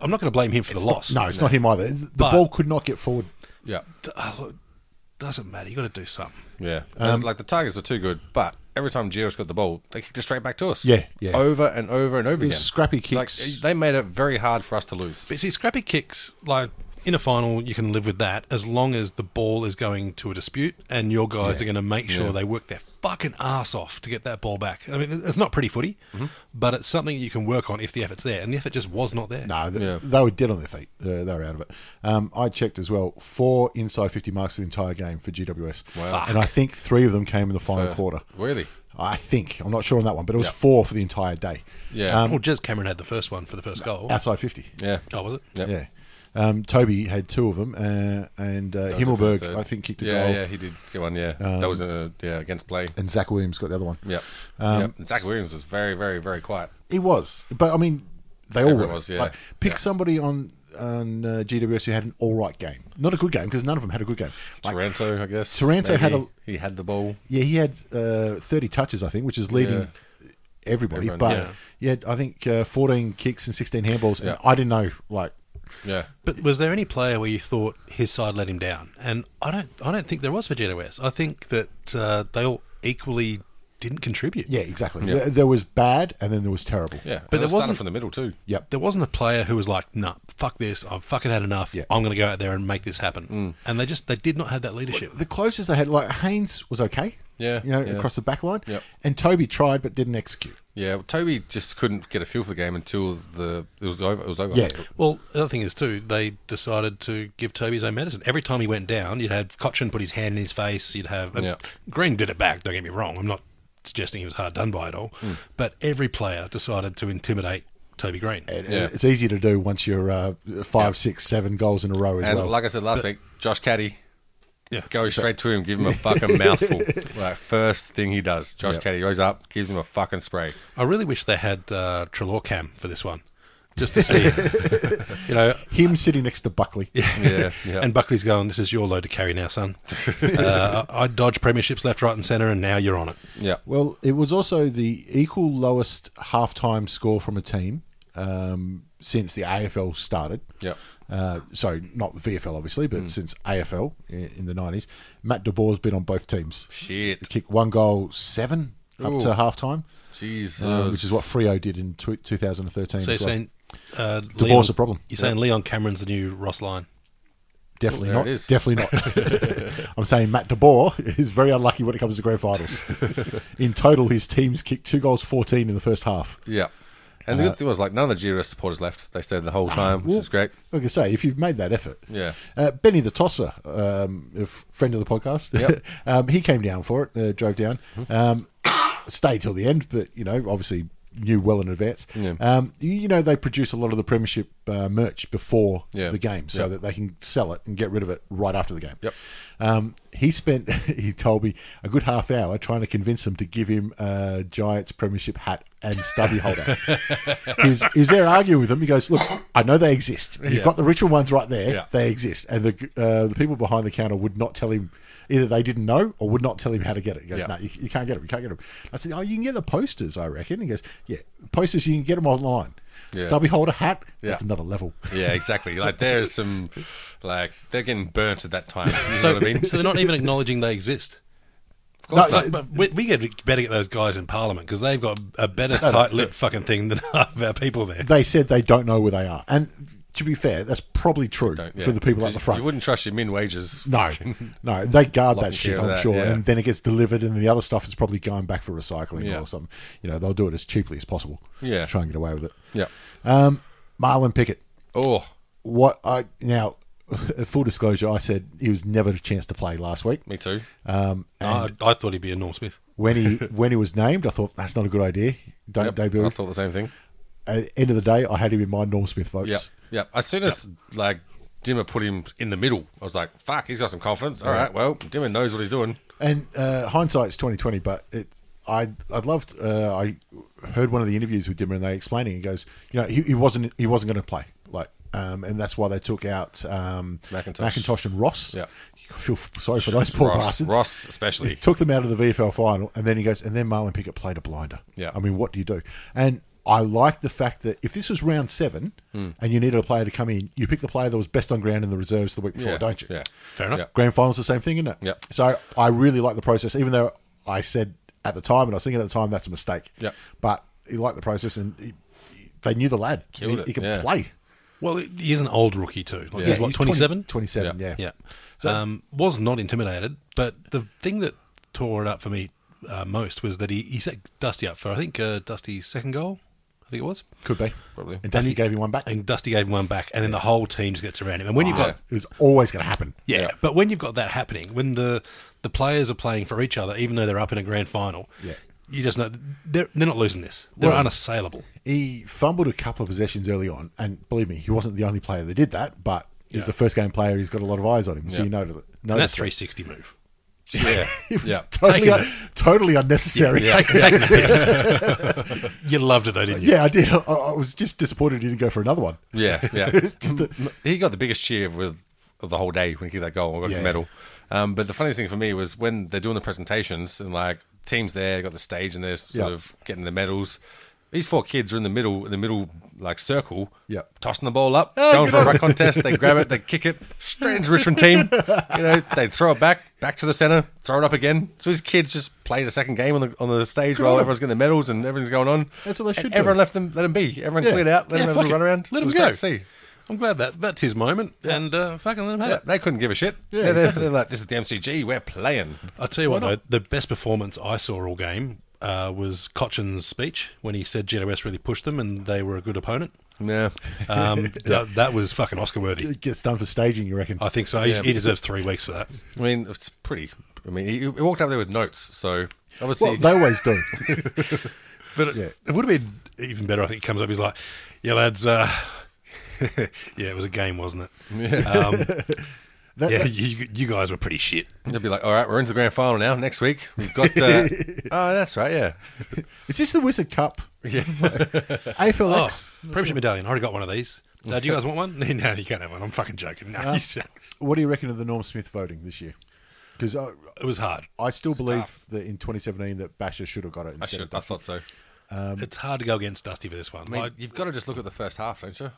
Speaker 2: I'm not going to blame him for the loss.
Speaker 1: No, it's not him either. The
Speaker 2: But-
Speaker 1: ball could not get forward.
Speaker 3: Yeah,
Speaker 2: D- oh, look, doesn't matter. You got to do something.
Speaker 3: yeah.
Speaker 1: Um,
Speaker 3: And, like the Tigers are too good, but every time Giro's got the ball, they kicked it straight back to us.
Speaker 1: Yeah, yeah.
Speaker 3: Over and over and over
Speaker 1: It
Speaker 3: again.
Speaker 1: was scrappy kicks.
Speaker 3: Like, they made it very hard for us to lose.
Speaker 2: But see, scrappy kicks like in a final, you can live with that as long as the ball is going to a dispute and your guys are going to make sure they work their fucking ass off to get that ball back. I mean, it's not pretty footy,
Speaker 1: Mm-hmm.
Speaker 2: but it's something you can work on if the effort's there, and the effort just was not there.
Speaker 1: No, th- they were dead on their feet. Uh, they were out of it. Um, I checked as well. Four inside 50 marks the entire game for GWS.
Speaker 2: Fuck.
Speaker 1: And I think three of them came in the final quarter.
Speaker 3: Really?
Speaker 1: I think. I'm not sure on that one, but it was
Speaker 3: Yeah.
Speaker 1: four for the entire day. Um,
Speaker 3: Yeah.
Speaker 2: well, Jez Cameron had the first one for the first goal.
Speaker 1: Outside 50.
Speaker 3: Yeah.
Speaker 2: Oh, was it?
Speaker 3: Yep.
Speaker 1: Yeah. Um, Toby had two of them, uh, and uh, Himmelberg, I think, kicked a
Speaker 3: yeah,
Speaker 1: goal. Um,
Speaker 3: Yeah, he did get one. Yeah, that was a yeah against play.
Speaker 1: And um, Zach Williams got the other one.
Speaker 3: Yep. yep. And Zach Williams was very, very, very quiet.
Speaker 1: He was, but I mean, they all
Speaker 3: Everyone
Speaker 1: were.
Speaker 3: was, yeah.
Speaker 1: Like, pick
Speaker 3: Yeah.
Speaker 1: somebody on on uh, GWS who had an all right game, not a good game because none of them had a good game. Like,
Speaker 3: Toronto, I guess.
Speaker 1: Taranto had
Speaker 3: maybe.
Speaker 1: a-
Speaker 3: he had the ball.
Speaker 1: yeah, he had uh, thirty touches, I think, which is leading
Speaker 3: Yeah.
Speaker 1: everybody.
Speaker 3: Everyone,
Speaker 1: but
Speaker 3: yeah.
Speaker 1: he had, I think, uh, fourteen kicks and sixteen handballs,
Speaker 3: Yeah.
Speaker 1: and I didn't know. Like,
Speaker 3: Yeah.
Speaker 2: But was there any player where you thought his side let him down? And I don't, I don't think there was for GWS. I think that uh, they all equally didn't contribute.
Speaker 1: yeah, exactly.
Speaker 3: Yeah.
Speaker 1: There, there was bad, and then there was terrible.
Speaker 3: Yeah.
Speaker 2: But
Speaker 3: But
Speaker 2: there
Speaker 3: it
Speaker 2: wasn't-
Speaker 3: started from the middle too.
Speaker 1: Yep.
Speaker 2: There wasn't a player who was like, "Nah, fuck this. I've fucking had enough.
Speaker 1: Yeah. Mm.
Speaker 2: I'm going to go out there and make this happen." And they just they did not have that leadership.
Speaker 1: The closest they had, like Haynes, was okay.
Speaker 3: Yeah,
Speaker 1: you know,
Speaker 3: yeah.
Speaker 1: across the back line.
Speaker 3: Yep.
Speaker 1: And Toby tried but didn't execute.
Speaker 3: Yeah. Toby just couldn't get a feel for the game until the it was over. It was over.
Speaker 1: Yeah.
Speaker 2: Well, the other thing is too, they decided to give Toby his own medicine. Every time he went down, you'd have Cochin put his hand in his face. You'd have and
Speaker 3: Yeah.
Speaker 2: Green did it back. Don't get me wrong. I'm not suggesting he was hard done by it all,
Speaker 1: Mm.
Speaker 2: but every player decided to intimidate Toby Green.
Speaker 1: And,
Speaker 3: Yeah.
Speaker 1: and it's easy to do once you're uh, five, six, seven goals in a row as
Speaker 3: And
Speaker 1: well.
Speaker 3: like I said last week, Josh Caddy.
Speaker 2: Yeah.
Speaker 3: Go straight to him, give him a fucking mouthful. Like first thing he does, Josh Caddy goes up, gives him a fucking spray.
Speaker 2: I really wish they had uh, Trelaw Cam for this one, just to see, you know.
Speaker 1: him sitting next to Buckley.
Speaker 3: Yeah, yeah.
Speaker 2: And Buckley's going, "This is your load to carry now, son. uh, I I dodge premierships left, right, and centre, and now you're on it."
Speaker 3: yeah,
Speaker 1: Well, it was also the equal lowest halftime score from a team um, since the AFL started.
Speaker 3: Yep.
Speaker 1: Uh, so not VFL obviously,
Speaker 3: Mm.
Speaker 1: but since AFL i- in the nineties, Matt DeBoer's been on both teams.
Speaker 3: Shit.
Speaker 1: Kicked one goal, seven up
Speaker 3: Ooh.
Speaker 1: to halftime,
Speaker 3: Jesus.
Speaker 1: uh, which is what Frio did in tw 2013.
Speaker 2: So you're
Speaker 1: as well.
Speaker 2: saying uh,
Speaker 1: Divorce
Speaker 2: Leon-
Speaker 1: a problem.
Speaker 2: You're saying Leon Cameron's the new Ross Lyon.
Speaker 1: Definitely
Speaker 3: There
Speaker 1: not.
Speaker 3: it is.
Speaker 1: Definitely not. I'm saying Matt De Boer is very unlucky when it comes to grand finals. in total, his teams kicked two goals, 14 in the first half.
Speaker 3: Yeah. And
Speaker 1: Uh,
Speaker 3: the good thing was, like, none of the GRS supporters left. They stayed the whole time, which is great.
Speaker 1: Like I say, if you've made that effort,
Speaker 3: Yeah.
Speaker 1: Uh, Benny the Tosser, um, a f- friend of the podcast,
Speaker 3: Yep. Mm-hmm.
Speaker 1: um, he came down for it, uh, drove down, um, stayed till the end, but you know, obviously knew well in advance. Um, you, you know, they produce a lot of the Premiership uh, merch before
Speaker 3: Yeah.
Speaker 1: the game, so
Speaker 3: Yep.
Speaker 1: that they can sell it and get rid of it right after the game.
Speaker 3: Yep.
Speaker 1: Um, he spent, he told me, a good half hour trying to convince him to give him a Giants Premiership hat and stubby holder. he's, he's there arguing with him. He goes, "Look, I know they exist. You've got the ritual ones right there.
Speaker 3: Yeah.
Speaker 1: They exist." And the uh, the people behind the counter would not tell him either they didn't know or would not tell him how to get it. He goes,
Speaker 3: Yeah.
Speaker 1: "No, you, you can't get them. You can't get them." I said, "Oh, you can get the posters, I reckon." He goes, "Yeah, posters. You can get them online.
Speaker 3: Yeah.
Speaker 1: Stubby holder hat.
Speaker 3: Yeah.
Speaker 1: That's another level."
Speaker 3: Yeah, exactly. Like, there's some, like, they're getting burnt at that time. You know
Speaker 2: So,
Speaker 3: what I mean?
Speaker 2: so they're not even acknowledging they exist.
Speaker 3: Of course
Speaker 1: No,
Speaker 3: not.
Speaker 1: it-
Speaker 2: But we, we get better get those guys in Parliament because they've got a better tight-lipped fucking thing than half our people there.
Speaker 1: They said they don't know where they are, and to be fair, that's probably true
Speaker 3: Don't- yeah.
Speaker 1: for the people at the front.
Speaker 3: You wouldn't trust your min wages.
Speaker 1: No, no, they guard
Speaker 3: Lock
Speaker 1: that
Speaker 3: and
Speaker 1: shit.
Speaker 3: key
Speaker 1: I'm
Speaker 3: with that,
Speaker 1: sure,
Speaker 3: yeah.
Speaker 1: and then it gets delivered, and the other stuff is probably going back for recycling
Speaker 3: Yeah.
Speaker 1: or something. You know, they'll do it as cheaply as possible. to
Speaker 3: Yeah.
Speaker 1: try and get away with it.
Speaker 3: Yeah.
Speaker 1: Um, Marlon Pickett.
Speaker 3: Oh,
Speaker 1: What I now, full disclosure, I said he was never a chance to play last week.
Speaker 3: me too.
Speaker 1: Um,
Speaker 2: I,
Speaker 1: and
Speaker 2: I thought he'd be a Norm Smith.
Speaker 1: when he when he was named, I thought that's not a good idea. Don't
Speaker 3: Yep,
Speaker 1: debut.
Speaker 3: I thought the same thing.
Speaker 1: At the end of the day, I had him in my Norm Smith votes.
Speaker 3: Yeah, yeah. As soon as like Dimmer put him in the middle, I was like, "Fuck, he's got some confidence." All right, well, Dimmer knows what he's doing.
Speaker 1: And uh, hindsight's twenty twenty, but it, I I loved. Uh, I heard one of the interviews with Dimmer, and they explaining. He goes, you know, he, he wasn't he wasn't going to play, like, um, and that's why they took out um,
Speaker 3: McIntosh.
Speaker 1: and Ross.
Speaker 3: Yeah.
Speaker 1: I feel f- sorry for those poor
Speaker 3: Ross-
Speaker 1: bastards.
Speaker 3: Ross especially.
Speaker 1: He took them out of the VFL final, and then he goes, and then Marlon Pickett played a blinder.
Speaker 3: Yeah.
Speaker 1: I mean, what do you do? And I like the fact that if this was round seven
Speaker 3: Hmm.
Speaker 1: and you needed a player to come in, you pick the player that was best on ground in the reserves the week before,
Speaker 3: yeah,
Speaker 1: don't you?
Speaker 3: Yeah,
Speaker 2: Fair enough.
Speaker 3: Yeah.
Speaker 1: Grand finals the same thing, isn't it?
Speaker 3: Yep.
Speaker 1: So I really like the process, even though I said at the time, and I was thinking at the time that's a mistake.
Speaker 3: Yep.
Speaker 1: But he liked the process, and he, he- they knew the lad.
Speaker 3: Killed
Speaker 1: he,
Speaker 3: it,
Speaker 1: he could
Speaker 3: yeah.
Speaker 1: play.
Speaker 2: Well, he is an old rookie too. Like he's what
Speaker 1: he's 20
Speaker 2: twenty-seven.
Speaker 1: 27, yeah.
Speaker 2: Yeah. um, was not intimidated, but the thing that tore it up for me uh, most was that he, he set Dusty up for, I think, uh, Dusty's second goal. I think it was.
Speaker 1: Could be.
Speaker 3: Probably.
Speaker 1: And Dusty gave him one back.
Speaker 2: And Dusty gave him one back, and then the whole team just gets around him. And when you've got.
Speaker 1: it was always going to happen.
Speaker 2: Yeah,
Speaker 3: Yeah.
Speaker 2: but when you've got that happening, when the, the players are playing for each other, even though they're up in a grand final,
Speaker 1: Yeah.
Speaker 2: you just know they're, they're not losing this. They're unassailable.
Speaker 1: He fumbled a couple of possessions early on, and believe me, he wasn't the only player that did that, but he's the first game player. He's got a lot of eyes on him, so you notice it.
Speaker 2: And that
Speaker 1: Notice it.
Speaker 2: 360 move.
Speaker 3: yeah,
Speaker 1: It was
Speaker 3: yeah.
Speaker 1: totally,
Speaker 2: Taking
Speaker 1: totally unnecessary.
Speaker 2: Take, taking the piss. you loved it though, didn't you?
Speaker 1: Yeah, I did. I, I was just disappointed he didn't go for another one.
Speaker 3: Yeah, yeah. he got the biggest cheer with of the whole day when he kicked that goal and got
Speaker 1: Yeah.
Speaker 3: the medal. Um, but the funniest thing for me was when they're doing the presentations and like teams there got the stage and they're sort
Speaker 1: Yeah.
Speaker 3: of getting the medals. These four kids are in the middle, in the middle like circle,
Speaker 1: Yeah. Oh,
Speaker 3: tossing the ball up, going for a ruck contest. They grab it, they kick it straight into Richmond team. You know, they throw it back, back to the center, throw it up again. So these kids just played a second game on the on the stage while everyone's getting the medals and everything's going on.
Speaker 1: That's what they
Speaker 3: And
Speaker 1: should do.
Speaker 3: Everyone left them, let them be. Everyone
Speaker 1: Yeah.
Speaker 3: cleared out, let
Speaker 2: Yeah,
Speaker 3: them
Speaker 2: fuck
Speaker 3: have a
Speaker 2: it.
Speaker 3: run around.
Speaker 2: Let
Speaker 3: It
Speaker 2: them
Speaker 3: was
Speaker 2: go.
Speaker 3: great to see.
Speaker 2: I'm glad that that's his moment, and uh, fucking let him have
Speaker 3: Yeah,
Speaker 2: it.
Speaker 3: they couldn't give a shit. Yeah, they're, they're like, this is the MCG, we're playing.
Speaker 2: I'll tell you what, though, the best performance I saw all game uh, was Cochin's speech when he said GWS really pushed them and they were a good opponent.
Speaker 3: Yeah.
Speaker 2: Um, that, that was fucking Oscar worthy.
Speaker 1: It gets done for staging, you reckon?
Speaker 2: I think so. he, he deserves three weeks for that.
Speaker 3: I mean, it's pretty. I mean, he, he walked up there with notes, so obviously.
Speaker 1: well, they always do.
Speaker 2: But it, it would have been even better. I think he comes up, he's like, "Yeah, lads, uh, yeah, it was a game, wasn't it? Yeah, um, yeah you, you guys were pretty shit.
Speaker 3: They'll be like, all right, we're into the grand final now. Next week, we've got. Uh, oh, that's right, yeah.
Speaker 1: Is this the Wizard Cup? Yeah. AFLX.
Speaker 2: Oh, premiership medallion. I already got one of these. Uh, do you guys want one? no, you can't have one. I'm fucking joking. No, you suck.
Speaker 3: Oh.
Speaker 1: What do you reckon of the Norm Smith voting this year? Because I,
Speaker 2: it was hard.
Speaker 1: I still believe that in 2017 that Basher should have got it.
Speaker 3: I
Speaker 1: Instead
Speaker 3: should. I
Speaker 1: Of
Speaker 3: thought so.
Speaker 2: it's hard to go against Dusty for this one.
Speaker 3: I mean,
Speaker 2: Like,
Speaker 3: you've got to just look at the first half, don't you?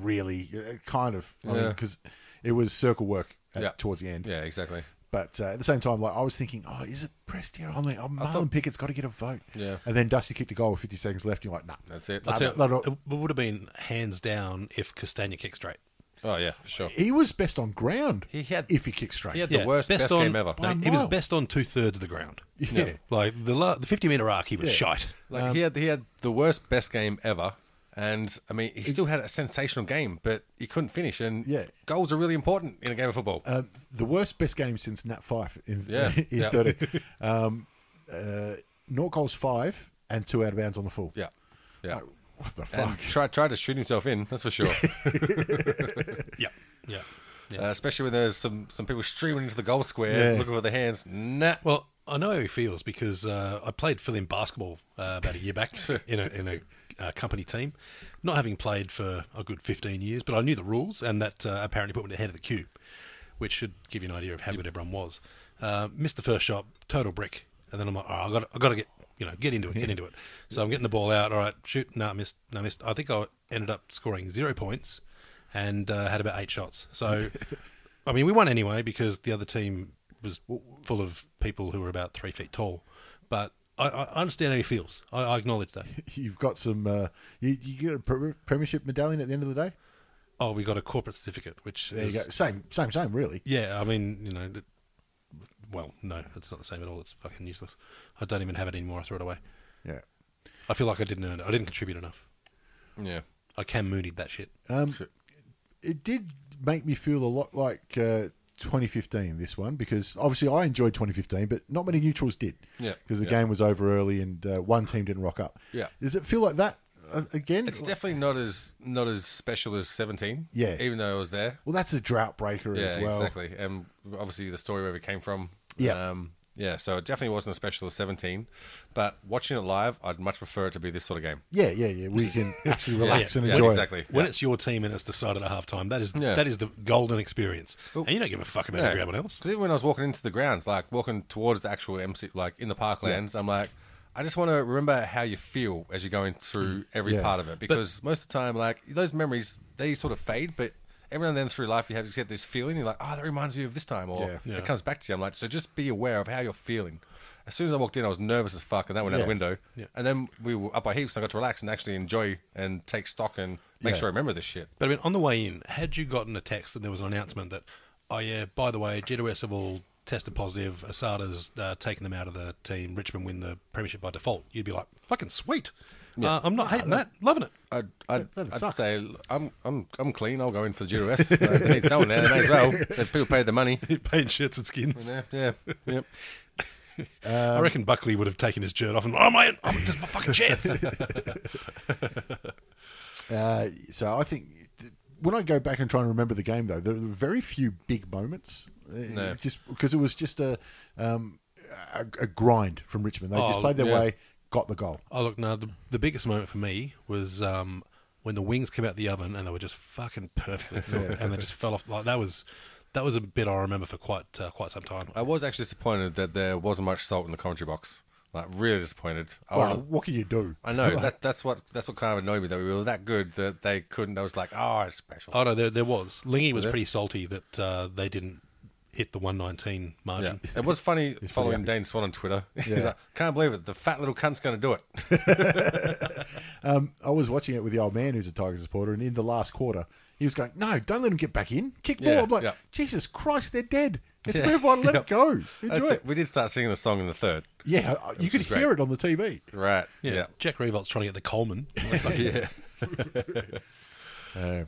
Speaker 1: really, uh, kind of. Because I mean
Speaker 3: Yeah.
Speaker 1: 'cause it was circle work at,
Speaker 3: Yeah.
Speaker 1: towards the end.
Speaker 3: Yeah, exactly.
Speaker 1: But uh, at the same time, like I was thinking, oh, is it pressed here? I'm like, oh, Marlon Pickett's got to get a vote.
Speaker 3: Yeah.
Speaker 1: And then Dusty kicked a goal with 50 seconds left. And you're like, nah.
Speaker 3: That's it.
Speaker 2: I'll
Speaker 1: Nah,
Speaker 2: tell you,
Speaker 1: nah, nah, nah.
Speaker 2: it would have been hands down if Castagna kicked straight.
Speaker 3: Oh, yeah, for sure.
Speaker 1: He was best on ground.
Speaker 3: He had-
Speaker 1: if he kicked straight.
Speaker 3: He had the worst best,
Speaker 2: on,
Speaker 3: game ever.
Speaker 2: No,
Speaker 1: By a
Speaker 2: he was
Speaker 1: mile.
Speaker 2: best on two thirds of the ground.
Speaker 1: Yeah.
Speaker 2: Like the la- the 50 meter arc, he was shite.
Speaker 3: Like he had he had the worst best game ever, and I mean he still had a sensational game, but he couldn't finish. And
Speaker 1: Yeah.
Speaker 3: goals are really important in a game of football.
Speaker 1: Um, the worst best game since Nat Five in,
Speaker 3: Yeah,
Speaker 1: in
Speaker 3: yeah.
Speaker 1: 30. Um, uh, naught goals five and two out of bounds on the full. Oh,
Speaker 3: yeah, yeah.
Speaker 1: What the fuck?
Speaker 3: And tried tried to shoot himself in. That's for sure.
Speaker 2: Yeah. Yeah.
Speaker 3: uh, especially when there's some some people streaming into the goal square
Speaker 1: Yeah.
Speaker 3: looking for their hands. Nah.
Speaker 2: Well, I know how he feels because uh, I played Phil in basketball uh, about a year back in a, in a uh, company team, not having played for a good 15 years, but I knew the rules, and that uh, apparently put me ahead of the queue, which should give you an idea of how good everyone was. Uh, missed the first shot, total brick, and then I'm like, all right, I've got, I've got to get. You know, get into it, get into it. So I'm getting the ball out. All right, shoot. No, I missed. No, I missed. I think I ended up scoring zero points, and uh, had about eight shots. So, I mean, we won anyway because the other team was full of people who were about three feet tall. But I, I understand how he feels. I, I acknowledge that.
Speaker 1: You've got some. Uh, you, you get a pre- premiership medallion at the end of the day.
Speaker 2: Oh, we got a corporate certificate, which
Speaker 1: There you
Speaker 2: is,
Speaker 1: go. Same, same, same. Really.
Speaker 2: Yeah, I mean, you know, it- well, no, it's not the same at all. It's fucking useless. I don't even have it anymore. I threw it away.
Speaker 1: Yeah.
Speaker 2: I feel like I didn't earn it. I didn't contribute enough.
Speaker 3: Yeah.
Speaker 2: I Cam Mooneyed that shit.
Speaker 1: Um, it did make me feel a lot like uh, 2015. This one because obviously I enjoyed 2015, but not many neutrals did.
Speaker 3: Yeah.
Speaker 1: Because the
Speaker 3: Yeah.
Speaker 1: game was over early and uh, one team didn't rock up.
Speaker 3: Yeah.
Speaker 1: Does it feel like that uh, again?
Speaker 3: It's definitely not as not as special as seventeen.
Speaker 1: Yeah.
Speaker 3: Even though I was there.
Speaker 1: Well, that's a drought breaker
Speaker 3: Yeah,
Speaker 1: as well.
Speaker 3: exactly. And obviously the story where it came from.
Speaker 1: Yeah.
Speaker 3: Um, yeah, so it definitely wasn't as special as 17, but watching it live, I'd much prefer it to be this sort of game.
Speaker 1: Yeah, yeah, yeah. We can actually
Speaker 3: Yeah,
Speaker 1: relax and
Speaker 3: yeah,
Speaker 1: enjoy. it.
Speaker 3: exactly.
Speaker 2: When
Speaker 3: Yeah.
Speaker 2: it's your team and it's decided at halftime, that is
Speaker 3: Yeah.
Speaker 2: that is the golden experience. and you don't give a fuck about
Speaker 3: Yeah.
Speaker 2: everyone else.
Speaker 3: 'Cause even when I was walking into the grounds, like walking towards the actual MC, like in the parklands, I'm like, I just want to remember how you feel as you're going through every
Speaker 1: Yeah.
Speaker 3: part of it because most of the time, like those memories, they sort of fade, but. Every now and then through life, you have you get this feeling. You're like, "Oh, that reminds me of this time," or
Speaker 1: Yeah.
Speaker 2: Yeah.
Speaker 3: it comes back to you. I'm like, "So just be aware of how you're feeling." As soon as I walked in, I was nervous as fuck, and that went out
Speaker 1: Yeah.
Speaker 3: the window.
Speaker 2: Yeah.
Speaker 3: And then we were up by heaps, and I got to relax and actually enjoy and take stock and make
Speaker 1: Yeah.
Speaker 3: sure I remember this shit.
Speaker 2: But I mean, on the way in, had you gotten a text and there was an announcement that, oh yeah, by the way, GWS have all tested positive, Asada's uh, taken them out of the team, Richmond win the premiership by default, you'd be like, fucking sweet. Uh, I'm not hating that, loving it.
Speaker 3: I'd, I'd,
Speaker 1: that'd
Speaker 3: I'd
Speaker 1: suck.
Speaker 3: say I'm, I'm, I'm clean. I'll go in for the GWS. Like, they need someone there. They may as well. The people paid the money.
Speaker 2: Paint shirts and skins.
Speaker 3: Yeah, yeah, yep.
Speaker 2: I reckon Buckley would have taken his shirt off and, oh man, oh, this is my fucking chance.
Speaker 1: Uh, so I think th- when I go back and try and remember the game, though, there were very few big moments. Uh, it Just because it was just a, um, a a grind from Richmond. They just
Speaker 2: Oh,
Speaker 1: played their
Speaker 3: yeah.
Speaker 1: way, got the goal.
Speaker 2: Oh look, no, the, the biggest moment for me was um, when the wings came out the oven and they were just fucking perfectly cooked, and they just fell off. Like that was that was a bit I remember for quite uh, quite some time.
Speaker 3: I was actually disappointed that there wasn't much salt in the commentary box. Like really disappointed. Oh, I,
Speaker 1: Well,
Speaker 3: wanna-
Speaker 1: what can you do?
Speaker 3: I know that that's what that's what kind of annoyed me that we were that good that they couldn't. I was like, oh, it's special.
Speaker 2: Oh no, there there was Lingy was pretty salty that uh, they didn't hit the one nineteen
Speaker 3: yeah,
Speaker 2: margin.
Speaker 3: it was funny following Dane Swan on Twitter. He's like, can't believe it. The fat little cunt's going to do it.
Speaker 1: I was watching it with the old man who's a Tiger supporter, and in the last quarter, he was going, "No, don't let him get back in. Kick more."
Speaker 3: Yeah,
Speaker 1: I'm like,
Speaker 3: yeah.
Speaker 1: "Jesus Christ, they're dead. Let's
Speaker 3: Yeah.
Speaker 1: move on. Let it
Speaker 3: Yeah.
Speaker 1: go. Enjoy
Speaker 3: That's
Speaker 1: it.
Speaker 3: it. We did start singing the song in the third.
Speaker 1: Yeah, uh, you could
Speaker 3: is great.
Speaker 1: hear it on the TV.
Speaker 3: Right. yeah.
Speaker 2: Jack Revolt's trying to get the Coleman.
Speaker 3: yeah.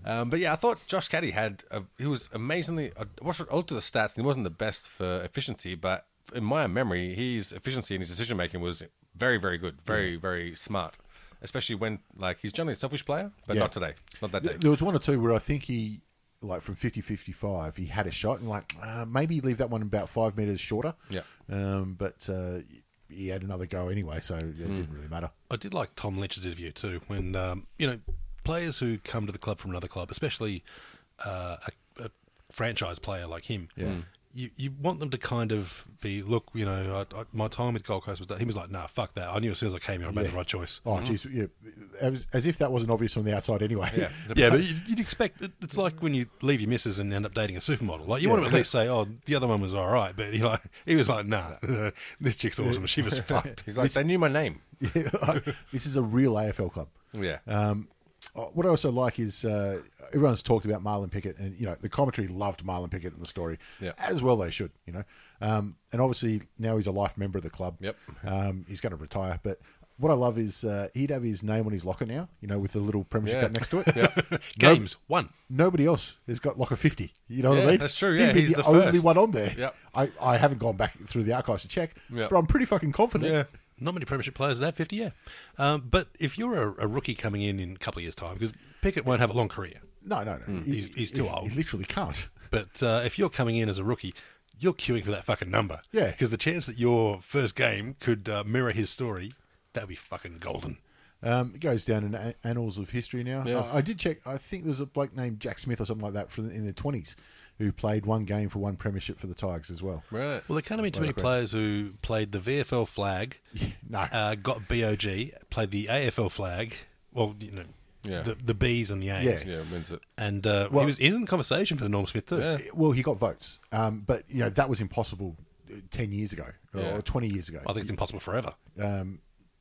Speaker 3: um, but yeah, I thought Josh Caddy had a, he was amazingly. uh, I watched I looked at the stats, and he wasn't the best for efficiency, but in my memory, his efficiency and his decision making was very, very good, very, very smart. Especially when like he's generally a selfish player, but
Speaker 1: Yeah.
Speaker 3: not today, not that day.
Speaker 1: There was one or two where I think he, like from 50 55, he had a shot and, like, uh, maybe leave that one about five metres shorter.
Speaker 3: Yeah.
Speaker 1: Um, but uh, he had another go anyway, so it didn't really matter.
Speaker 2: I did like Tom Lynch's interview too, when um, you know players who come to the club from another club, especially uh, a, a franchise player like him. You, you want them to kind of be look, you know, I, I, my time with Gold Coast was that he was like, nah, fuck that. I knew as soon as I came here, I made the right choice.
Speaker 1: Oh, geez. Yeah. As, as if that wasn't obvious from the outside anyway. Yeah.
Speaker 2: Yeah, but you'd- you'd expect it- it's like when you leave your missus and end up dating a supermodel. Like you want to at least say, oh, the other one was all right, but he like he was like, nah, this chick's awesome. She was fucked.
Speaker 3: He's like, they knew my name.
Speaker 1: this is a real AFL club.
Speaker 3: Yeah,
Speaker 1: Uh, What I also like is uh, everyone's talked about Marlon Pickett, and you know the commentary loved Marlon Pickett in the story,
Speaker 3: Yeah.
Speaker 1: as well they should, you know. Um, and obviously now he's a life member of the club.
Speaker 3: Yep.
Speaker 1: Um, he's going to retire, but what I love is uh, he'd have his name on his locker now, you know, with the little premiership
Speaker 3: Yeah.
Speaker 1: cap next to it.
Speaker 2: Games one.
Speaker 1: Nobody else has got locker fifty. You know what I
Speaker 3: Yeah,
Speaker 1: mean?
Speaker 3: that's true,
Speaker 1: He'd
Speaker 3: yeah,
Speaker 1: be
Speaker 3: he's
Speaker 1: the,
Speaker 3: the
Speaker 1: only
Speaker 3: first.
Speaker 1: one on there.
Speaker 3: Yep.
Speaker 1: I, I haven't gone back through the archives to check,
Speaker 3: Yep.
Speaker 1: but I'm pretty fucking confident.
Speaker 3: yeah.
Speaker 2: Not many premiership players that have 50, yeah. Um, but if you're a, a rookie coming in in a couple of years' time, because Pickett won't have a long career,
Speaker 1: No, no, no.
Speaker 3: Hmm.
Speaker 1: He-
Speaker 2: He's- he's too
Speaker 1: he-
Speaker 2: old.
Speaker 1: He literally can't.
Speaker 2: but uh, if you're coming in as a rookie, you're queuing for that fucking number.
Speaker 1: Yeah.
Speaker 2: Because the chance that your first game could uh, mirror his story, that'd be fucking golden.
Speaker 1: Um, it goes down in a- annals of history now. I, I did check. I think there was a bloke named Jack Smith or something like that from in the twenties who played one game for one premiership for the Tigers as well.
Speaker 3: right.
Speaker 2: Well, there can't have been too many players who played the VFL flag,
Speaker 1: No.
Speaker 2: uh, got BOG, played the AFL flag. Well, you know,
Speaker 3: Yeah.
Speaker 2: the, the B's and the A's.
Speaker 3: Yeah, wins it.
Speaker 2: And uh,
Speaker 1: Well-
Speaker 2: he was he's in conversation for the Norm Smith too.
Speaker 3: Yeah.
Speaker 1: Well, he got votes, um, but you know that was impossible uh, ten years ago or
Speaker 3: Yeah.
Speaker 1: twenty years ago.
Speaker 2: I think it's impossible forever
Speaker 1: um,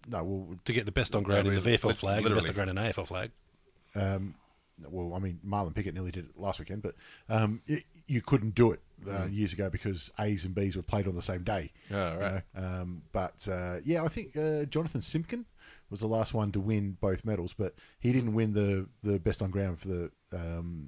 Speaker 1: no, well,
Speaker 2: to get the best on grade
Speaker 3: Yeah,
Speaker 2: in the
Speaker 3: really.
Speaker 2: VFL flag, the best on
Speaker 3: Literally.
Speaker 2: grade in AFL flag.
Speaker 1: well, I mean, Marlon Pickett nearly did it last weekend, but um, it, you couldn't do it uh,
Speaker 3: Mm.
Speaker 1: years ago because A's and B's were played on the same day.
Speaker 3: Yeah,
Speaker 1: you
Speaker 3: Oh, right.
Speaker 1: know. Um, but uh, yeah, I think uh, Jonathan Simpkin was the last one to win both medals, but he didn't win the the best on ground for the um,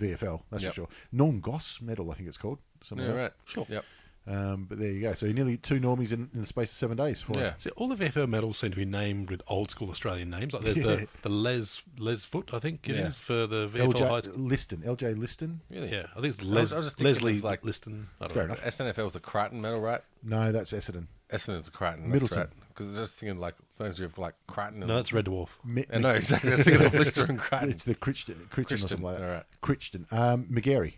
Speaker 1: VFL. That's
Speaker 3: Yep.
Speaker 1: for sure. Norm Goss medal, I think it's called. Something
Speaker 3: Yeah,
Speaker 1: like that.
Speaker 3: right. Sure. Yep.
Speaker 1: Um, but there you go. So nearly two normies in, in the space of seven days. For
Speaker 3: Yeah.
Speaker 2: See, all the VFL medals seem to be named with old school Australian names. Like there's
Speaker 1: Yeah.
Speaker 2: the, the Les Les Foot, I think it is
Speaker 3: Yeah.
Speaker 2: for the VFL high
Speaker 1: LJ
Speaker 2: school.
Speaker 1: Liston. LJ Liston.
Speaker 3: Really?
Speaker 2: Yeah, I think it's
Speaker 3: I was-
Speaker 2: Les,
Speaker 3: I was just thinking
Speaker 2: Leslie
Speaker 3: of, like-
Speaker 2: Liston. I don't
Speaker 1: Fair
Speaker 2: know.
Speaker 1: enough.
Speaker 3: SNFL's the Crichton medal, right?
Speaker 1: No, that's Essendon.
Speaker 3: Essendon's the Crichton.
Speaker 1: Middleton.
Speaker 3: That's right. Because I was just thinking like, reminds you of like Crichton. And,
Speaker 2: No, that's Red Dwarf.
Speaker 1: Mi-
Speaker 3: I know, exactly. I was thinking of Lister and Crichton.
Speaker 1: It's the Crichton, Crichton, or
Speaker 3: Crichton,
Speaker 1: something like that.
Speaker 3: all right.
Speaker 1: Crichton. Um, McGarry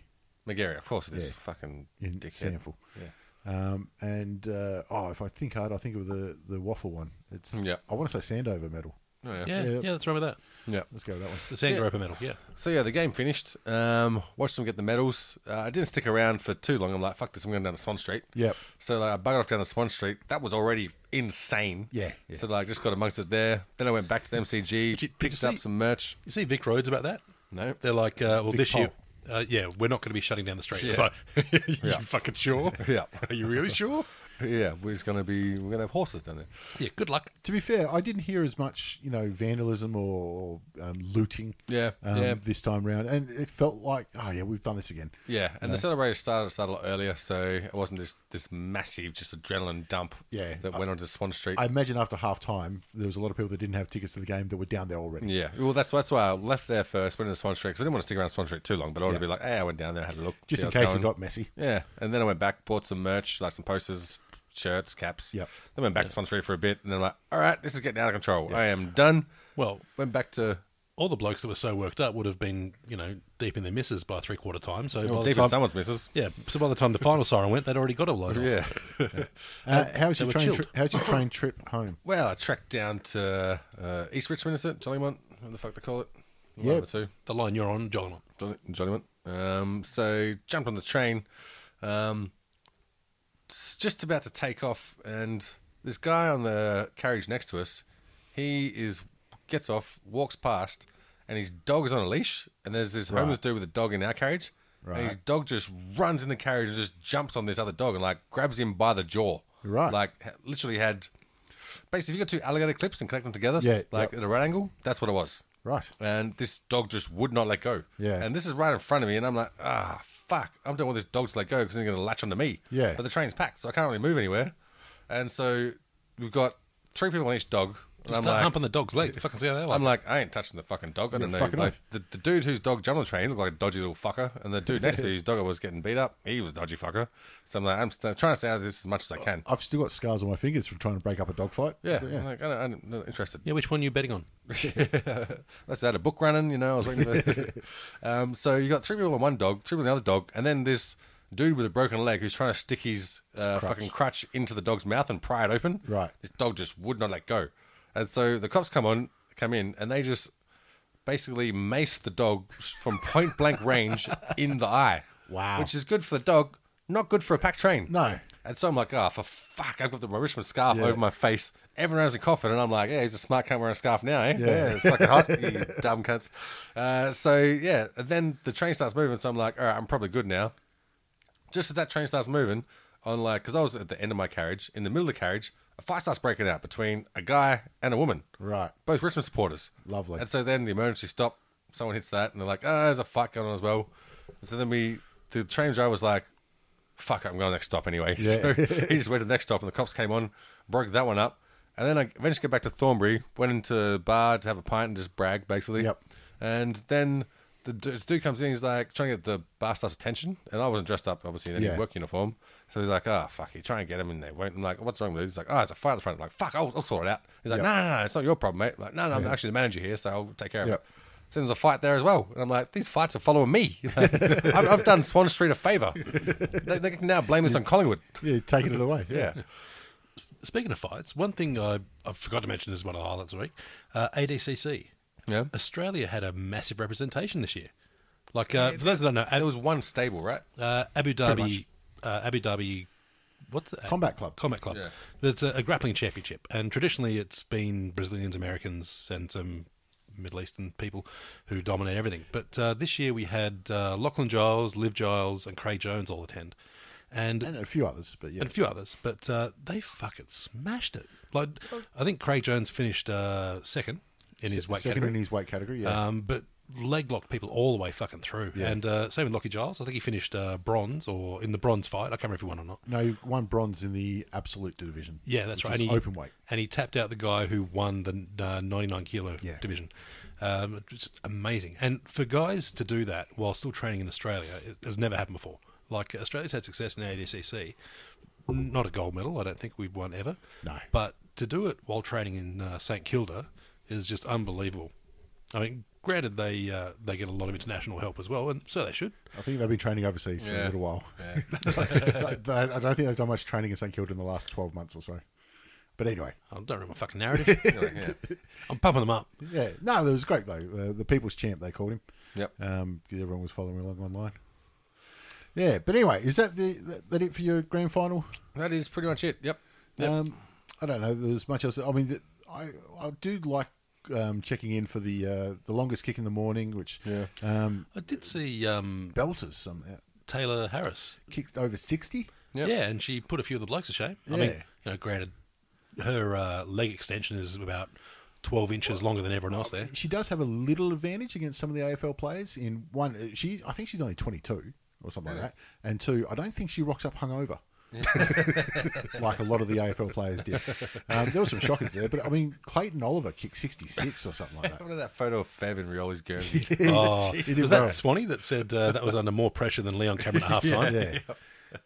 Speaker 3: McGarry, of course, it is
Speaker 1: Yeah.
Speaker 3: fucking
Speaker 1: in
Speaker 3: dickhead.
Speaker 1: Sanford.
Speaker 3: Yeah.
Speaker 1: Um, and uh, oh, if I think hard, I think of the, the waffle one. It's
Speaker 3: Yeah.
Speaker 1: I want to say Sandover medal.
Speaker 3: Oh, yeah.
Speaker 2: Yeah,
Speaker 1: Yeah.
Speaker 2: yeah, that's right with that.
Speaker 3: Yeah.
Speaker 1: Let's go with that one.
Speaker 2: The Sangaropa medal, yeah.
Speaker 3: So yeah, the game finished. Um, watched them get the medals. Uh, I didn't stick around for too long. I'm like, fuck this. I'm going down to Swan Street.
Speaker 1: Yep.
Speaker 3: So like, I buggered off down to Swan Street. That was already insane.
Speaker 1: Yeah, yeah.
Speaker 3: So like, just got amongst it there. Then I went back to the MCG,
Speaker 2: Did you- did
Speaker 3: picked
Speaker 2: you
Speaker 3: up
Speaker 2: see-
Speaker 3: some merch.
Speaker 2: You see Vic Rhodes about that?
Speaker 3: No.
Speaker 2: They're like, uh, well,
Speaker 1: Vic
Speaker 2: this year,
Speaker 1: Pohl.
Speaker 2: uh, yeah, we're not going to be shutting down the street. It's
Speaker 3: Yeah.
Speaker 2: like, you
Speaker 3: Yeah.
Speaker 2: fucking sure?
Speaker 3: Yeah.
Speaker 2: Are you really sure?
Speaker 3: Yeah, we're just gonna be. We're gonna have horses down there.
Speaker 2: Yeah, good luck.
Speaker 1: To be fair, I didn't hear as much, you know, vandalism or um, looting.
Speaker 3: Yeah,
Speaker 1: um,
Speaker 3: yeah.
Speaker 1: This time round, and it felt like, oh yeah, we've done this again.
Speaker 3: Yeah, and the celebration started started a lot earlier, so it wasn't this this massive just adrenaline dump.
Speaker 1: Yeah.
Speaker 3: that went onto Swan Street.
Speaker 1: I imagine after half time, there was a lot of people that didn't have tickets to the game that were down there already.
Speaker 3: yeah, well, that's that's why I left there first. Went into Swan Street because I didn't want to stick around Swan Street too long. But I wanted to
Speaker 1: Yeah.
Speaker 3: be like, hey, I went down there, had a look,
Speaker 1: Just
Speaker 3: see
Speaker 1: in
Speaker 3: how it's
Speaker 1: case it
Speaker 3: going.
Speaker 1: got messy.
Speaker 3: Yeah, and then I went back, bought some merch, like some posters, shirts, caps.
Speaker 1: Yep.
Speaker 3: Then went back to Swan Street for a bit, and then I'm like, all right, this is getting out of control. I am done.
Speaker 2: Well,
Speaker 3: Went back to
Speaker 2: all the blokes that were so worked up would have been, you know, deep in their misses by three quarter time. So by the
Speaker 3: deep
Speaker 2: time,
Speaker 3: in someone's misses.
Speaker 2: yeah, so by the time the final siren went, they'd already got a load. off.
Speaker 3: Yeah.
Speaker 1: Uh, how's your
Speaker 2: were
Speaker 1: train?
Speaker 2: chilled.
Speaker 1: Tri- how's your train trip home?
Speaker 3: Well, I tracked down to uh, East Richmond, is it? Jollymont, what the fuck they call it?
Speaker 1: Yeah.
Speaker 3: One of the two.
Speaker 2: the line you're on, Jolly
Speaker 3: Jolly, Jolly went. Um, so jumped on the train, um, s- just about to take off, and this guy on the carriage next to us, he is gets off, walks past, and his dog is on a leash, and there's this homeless dude with a dog in our carriage, and his dog just runs in the carriage and just jumps on this other dog and like grabs him by the jaw,
Speaker 1: Right.
Speaker 3: Like ha- literally had. Basically, if you got two alligator clips and connect them together,
Speaker 1: Yeah,
Speaker 3: like
Speaker 1: yep.
Speaker 3: at a right angle, that's what it was.
Speaker 1: Right.
Speaker 3: And this dog just would not let go.
Speaker 1: Yeah.
Speaker 3: And this is right in front of me, and I'm like, ah, fuck. I don't want this dog to let go because he's going to latch onto me.
Speaker 1: Yeah.
Speaker 3: But the train's packed, so I can't really move anywhere. And so we've got three people on each dog. And I'm
Speaker 2: Start
Speaker 3: like,
Speaker 2: humping the dog's leg. Fucking see how they like.
Speaker 3: I'm like, I ain't touching the fucking dog. I don't know.
Speaker 1: fucking
Speaker 3: Like,
Speaker 1: oath.
Speaker 3: the, the dude whose dog jumped on the train looked like a dodgy little fucker, and the dude next to me, whose dog was getting beat up, he was a dodgy fucker. So I'm like, I'm st- trying to stay out of this as much as I can.
Speaker 1: I've still got scars on my fingers from trying to break up a dogfight.
Speaker 3: Yeah.
Speaker 1: But
Speaker 3: I'm like, I don't, I'm not interested.
Speaker 2: yeah, which one are you betting on?
Speaker 3: That's out of book running, you know. I was waiting for. um, so you got three people on one dog, three people on the other dog, and then this dude with a broken leg who's trying to stick his uh, fucking crutch into the dog's mouth and pry it open.
Speaker 1: Right.
Speaker 3: This dog just would not let go, and so the cops come on, come in, and they just basically mace the dog from point blank range in the eye.
Speaker 1: Wow.
Speaker 3: Which is good for the dog, not good for a packed train.
Speaker 1: No.
Speaker 3: And so I'm like, oh, for fuck, I've got the, my Richmond scarf over my face. Everyone has a coffin, and I'm like, yeah, he's a smart cunt wearing a scarf now, eh? Yeah, it's fucking hot, you dumb cunts. Uh, so, yeah, and then the train starts moving, so I'm like, all right, I'm probably good now. Just as that train starts moving, on like, because I was at the end of my carriage, in the middle of the carriage, a fight starts breaking out between a guy and a woman.
Speaker 1: Right.
Speaker 3: Both Richmond supporters.
Speaker 1: Lovely.
Speaker 3: And so then the emergency stop, someone hits that, and they're like, oh, there's a fight going on as well. And so then we, the train driver was like, fuck, I'm going next stop anyway. So he just went to the next stop, and the cops came on, broke that one up. And then I eventually got back to Thornbury, went into a bar to have a pint and just brag, basically.
Speaker 1: Yep.
Speaker 3: And then the d- this dude comes in, he's like trying to get the bar staff's attention. And I wasn't dressed up, obviously, in any
Speaker 1: Yeah.
Speaker 3: work uniform. So he's like, oh, fuck, you try and get him, and they won't. I'm like, what's wrong with it? He's like, oh, it's a fight at the front. I'm like, fuck, I'll, I'll sort it out. He's like,
Speaker 1: Yep.
Speaker 3: no, no, no, it's not your problem, mate. I'm like, no, no, I'm actually the manager here, so I'll take care of
Speaker 1: Yep.
Speaker 3: it. So there's a fight there as well. And I'm like, these fights are following me. I've, I've done Swan Street a favour. They, they can now blame this on Collingwood.
Speaker 1: Yeah, taking it away.
Speaker 3: Yeah.
Speaker 2: Speaking of fights, one thing I, I forgot to mention as one of the highlights of the week uh, ADCC.
Speaker 3: Yeah.
Speaker 2: Australia had a massive representation this year. Like uh, for those that don't know,
Speaker 3: It
Speaker 2: Ab-
Speaker 3: was one stable, right?
Speaker 2: uh, Abu
Speaker 3: much.
Speaker 2: Dhabi, uh, Abu Dhabi, what's the
Speaker 1: Combat Club.
Speaker 2: Combat Club.
Speaker 3: Yeah.
Speaker 2: It's a, a grappling championship, and traditionally it's been Brazilians, Americans, and some Middle Eastern people who dominate everything. But uh, this year we had uh, Lachlan Giles, Liv Giles, and Craig Jones all attend, and
Speaker 1: and a few others, but yeah.
Speaker 2: and a few others, but uh, they fucking smashed it. Like I think Craig Jones finished uh, second in his
Speaker 1: Se-
Speaker 2: weight
Speaker 1: second
Speaker 2: category,
Speaker 1: in his weight category, yeah.
Speaker 2: um, but leg locked people all the way fucking through.
Speaker 1: Yeah.
Speaker 2: And uh, same with Lockie Giles. I think he finished uh, bronze or in the bronze fight. I can't remember if he won or not.
Speaker 1: no, he won bronze in the absolute division.
Speaker 2: Yeah, that's
Speaker 1: which
Speaker 2: right.
Speaker 1: is
Speaker 2: And he-
Speaker 1: open weight.
Speaker 2: and he tapped out the guy who won the uh, 99 kilo
Speaker 1: Yeah.
Speaker 2: division. Um, it's amazing. And for guys to do that while still training in Australia it has never happened before. Like Australia's had success in ADCC, N- not a gold medal. I don't think we've won ever.
Speaker 1: No.
Speaker 2: but to do it while training in uh, St Kilda is just unbelievable. I mean, granted they uh, they get a lot of international help as well, and so they should.
Speaker 1: I think they've been training overseas for a
Speaker 3: Yeah.
Speaker 1: little while. They- they- I don't think they've done much training in St Kilda in the last 12 months or so. But anyway,
Speaker 2: I don't remember my fucking narrative. I'm pumping them up.
Speaker 1: yeah. No, it was great, though. Uh, The, the People's Champ, they called him.
Speaker 3: Yep.
Speaker 1: Um, 'cause everyone was following along online. Yeah, but anyway, is that the that, that it for your grand final?
Speaker 3: That is pretty much it. Yep. Yep.
Speaker 1: Um, I don't know. There's much else. I mean, th- I I do like um, checking in for the uh, the longest kick in the morning, which
Speaker 3: Yeah.
Speaker 1: um,
Speaker 2: I did see um,
Speaker 1: belters some uh,
Speaker 2: Taylor Harris
Speaker 1: kicked over sixty.
Speaker 3: Yep.
Speaker 2: Yeah, and she put a few of the blokes to shame. I mean,
Speaker 1: Yeah.
Speaker 2: you know, granted, her uh, leg extension is about 12 inches longer than everyone else there.
Speaker 1: She does have a little advantage against some of the AFL players. In one, uh, she I think she's only twenty two or something like that, and two, I don't think she rocks up hungover. like a lot of the AFL players did. Um, there were some shockers there, but I mean, Clayton Oliver kicked 66 or something like that.
Speaker 3: What about that photo of Fav and Rioli's Guernsey?
Speaker 2: Oh,
Speaker 1: It
Speaker 2: was
Speaker 1: is
Speaker 2: that
Speaker 1: well.
Speaker 2: Swanee that said uh, that was under more pressure than Leon Cameron at halftime?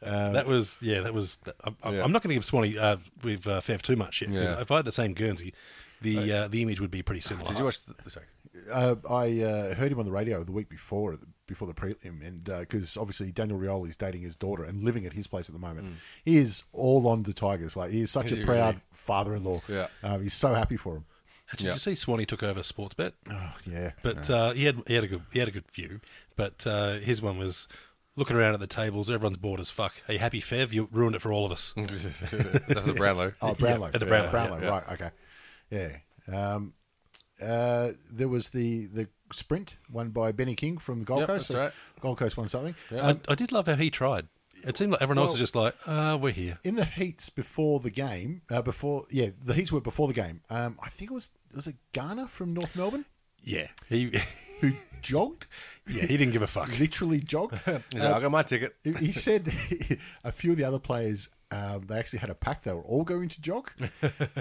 Speaker 1: Yeah.
Speaker 2: that was yeah, that was. I'm, I'm-
Speaker 3: Yeah.
Speaker 2: I'm not going to give Swanee uh, with uh, Fev too much shit because
Speaker 3: Yeah.
Speaker 2: if I had the same Guernsey, the uh, the image would be pretty similar.
Speaker 3: Did you watch? The, sorry.
Speaker 1: Uh, I uh, heard him on the radio the week before before the prelim, and because obviously Daniel Rioli is dating his daughter and living at his place at the moment, he is all on the Tigers. Like he is such
Speaker 3: Mm. Is
Speaker 1: a
Speaker 3: he
Speaker 1: proud
Speaker 3: really?
Speaker 1: father-in-law.
Speaker 3: Yeah.
Speaker 1: um, he's so happy for him.
Speaker 2: Did
Speaker 3: Yeah. Oh,
Speaker 2: you see Swanee took over sports bet?
Speaker 1: Yeah,
Speaker 2: But uh, he had he had a good he had a good view. But uh, his one was looking around at the tables. Everyone's bored as fuck. Hey, happy Fev, you ruined it for all of us.
Speaker 3: Is that the Brownlow?
Speaker 1: oh Brownlow
Speaker 2: at the Brownlow, yeah, yeah.
Speaker 1: right? Okay, yeah. Um, uh, there was the the sprint won by Benny King from the Gold
Speaker 3: Yep,
Speaker 1: Coast.
Speaker 3: that's right.
Speaker 1: Gold Coast won something.
Speaker 2: I, I did love how he tried. It seemed like everyone else was
Speaker 1: well-
Speaker 2: just like, uh, we're here.
Speaker 1: in the heats before the game, uh, before yeah, the heats were before the game. Um, I think it was was it Garner from North Melbourne
Speaker 2: Yeah. He
Speaker 1: who jogged,
Speaker 2: yeah, he didn't give a fuck.
Speaker 1: literally jogged.
Speaker 3: He's like, I got my ticket.
Speaker 1: He- he said a few of the other players um, they actually had a pact they were all going to jog,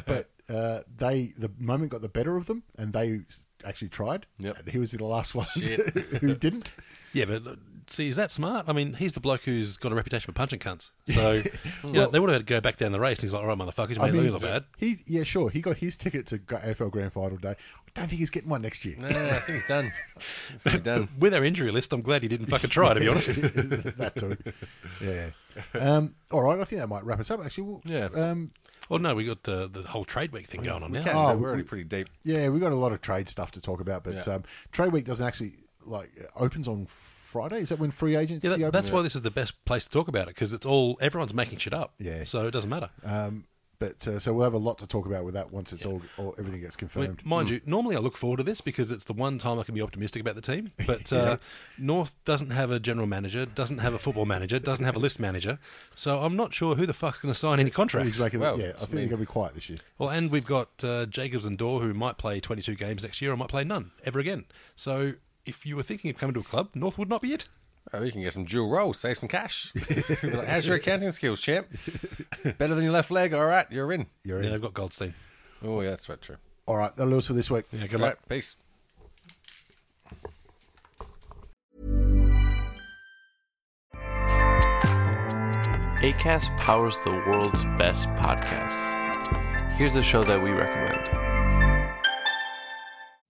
Speaker 1: but uh, they the moment got the better of them and they actually tried.
Speaker 3: Yep.
Speaker 1: And he was the last one who didn't.
Speaker 2: Yeah, but uh, see, is that smart? I mean, he's the bloke who's got a reputation for punching cunts. So you know, they would have had to go back down the race. And he's like, all right, motherfuckers, you made me look bad.
Speaker 1: he yeah sure he got his ticket to go- AFL Grand Final day. I don't think he's getting one next year.
Speaker 3: No, no, no, I think he's done. I think he's done.
Speaker 2: With our injury list, I'm glad he didn't fucking try, to be honest.
Speaker 1: that too. Yeah. Um, all right, I think that might wrap us up. Actually, we'll,
Speaker 3: Yeah.
Speaker 1: Um,
Speaker 2: well, no, we got the, the whole trade week thing going on now.
Speaker 3: Yeah,
Speaker 1: Oh,
Speaker 3: no,
Speaker 1: we-
Speaker 3: we're already pretty deep.
Speaker 1: yeah, we've got a lot of trade stuff to talk about, but
Speaker 3: Yeah.
Speaker 1: um, trade week doesn't actually like opens on Friday. Is that when free agency
Speaker 2: Yeah, that-
Speaker 1: opens?
Speaker 2: that's why this is the best place to talk about it because it's all everyone's making shit up.
Speaker 1: Yeah.
Speaker 2: so it doesn't matter.
Speaker 1: But uh, so we'll have a lot to talk about with that once it's all, all everything gets
Speaker 2: I mean,
Speaker 1: confirmed.
Speaker 2: mind you, normally I look forward to this because it's the one time I can be optimistic about the team. But uh, North doesn't have a general manager, doesn't have a football manager, doesn't have a list manager. So I'm not sure who the fuck's going to sign any contracts.
Speaker 1: He's making-
Speaker 3: Well,
Speaker 1: yeah, I
Speaker 3: I
Speaker 1: think they're
Speaker 3: mean-
Speaker 1: going to be quiet this year.
Speaker 2: Well, and we've got uh, Jacobs and Dorr who might play 22 games next year or might play none ever again. So if you were thinking of coming to a club, North would not be it.
Speaker 3: Oh, you can get some dual rolls, save some cash. like, How's your accounting skills, champ? Better than your left leg. All right, you're in.
Speaker 2: You're yeah, I've got Goldstein.
Speaker 3: Oh, yeah, that's right, true.
Speaker 1: All right, that'll do us for this week.
Speaker 2: Yeah, good
Speaker 3: All
Speaker 2: luck.
Speaker 3: right, peace.
Speaker 4: ACAST powers the world's best podcasts. Here's a show that we recommend.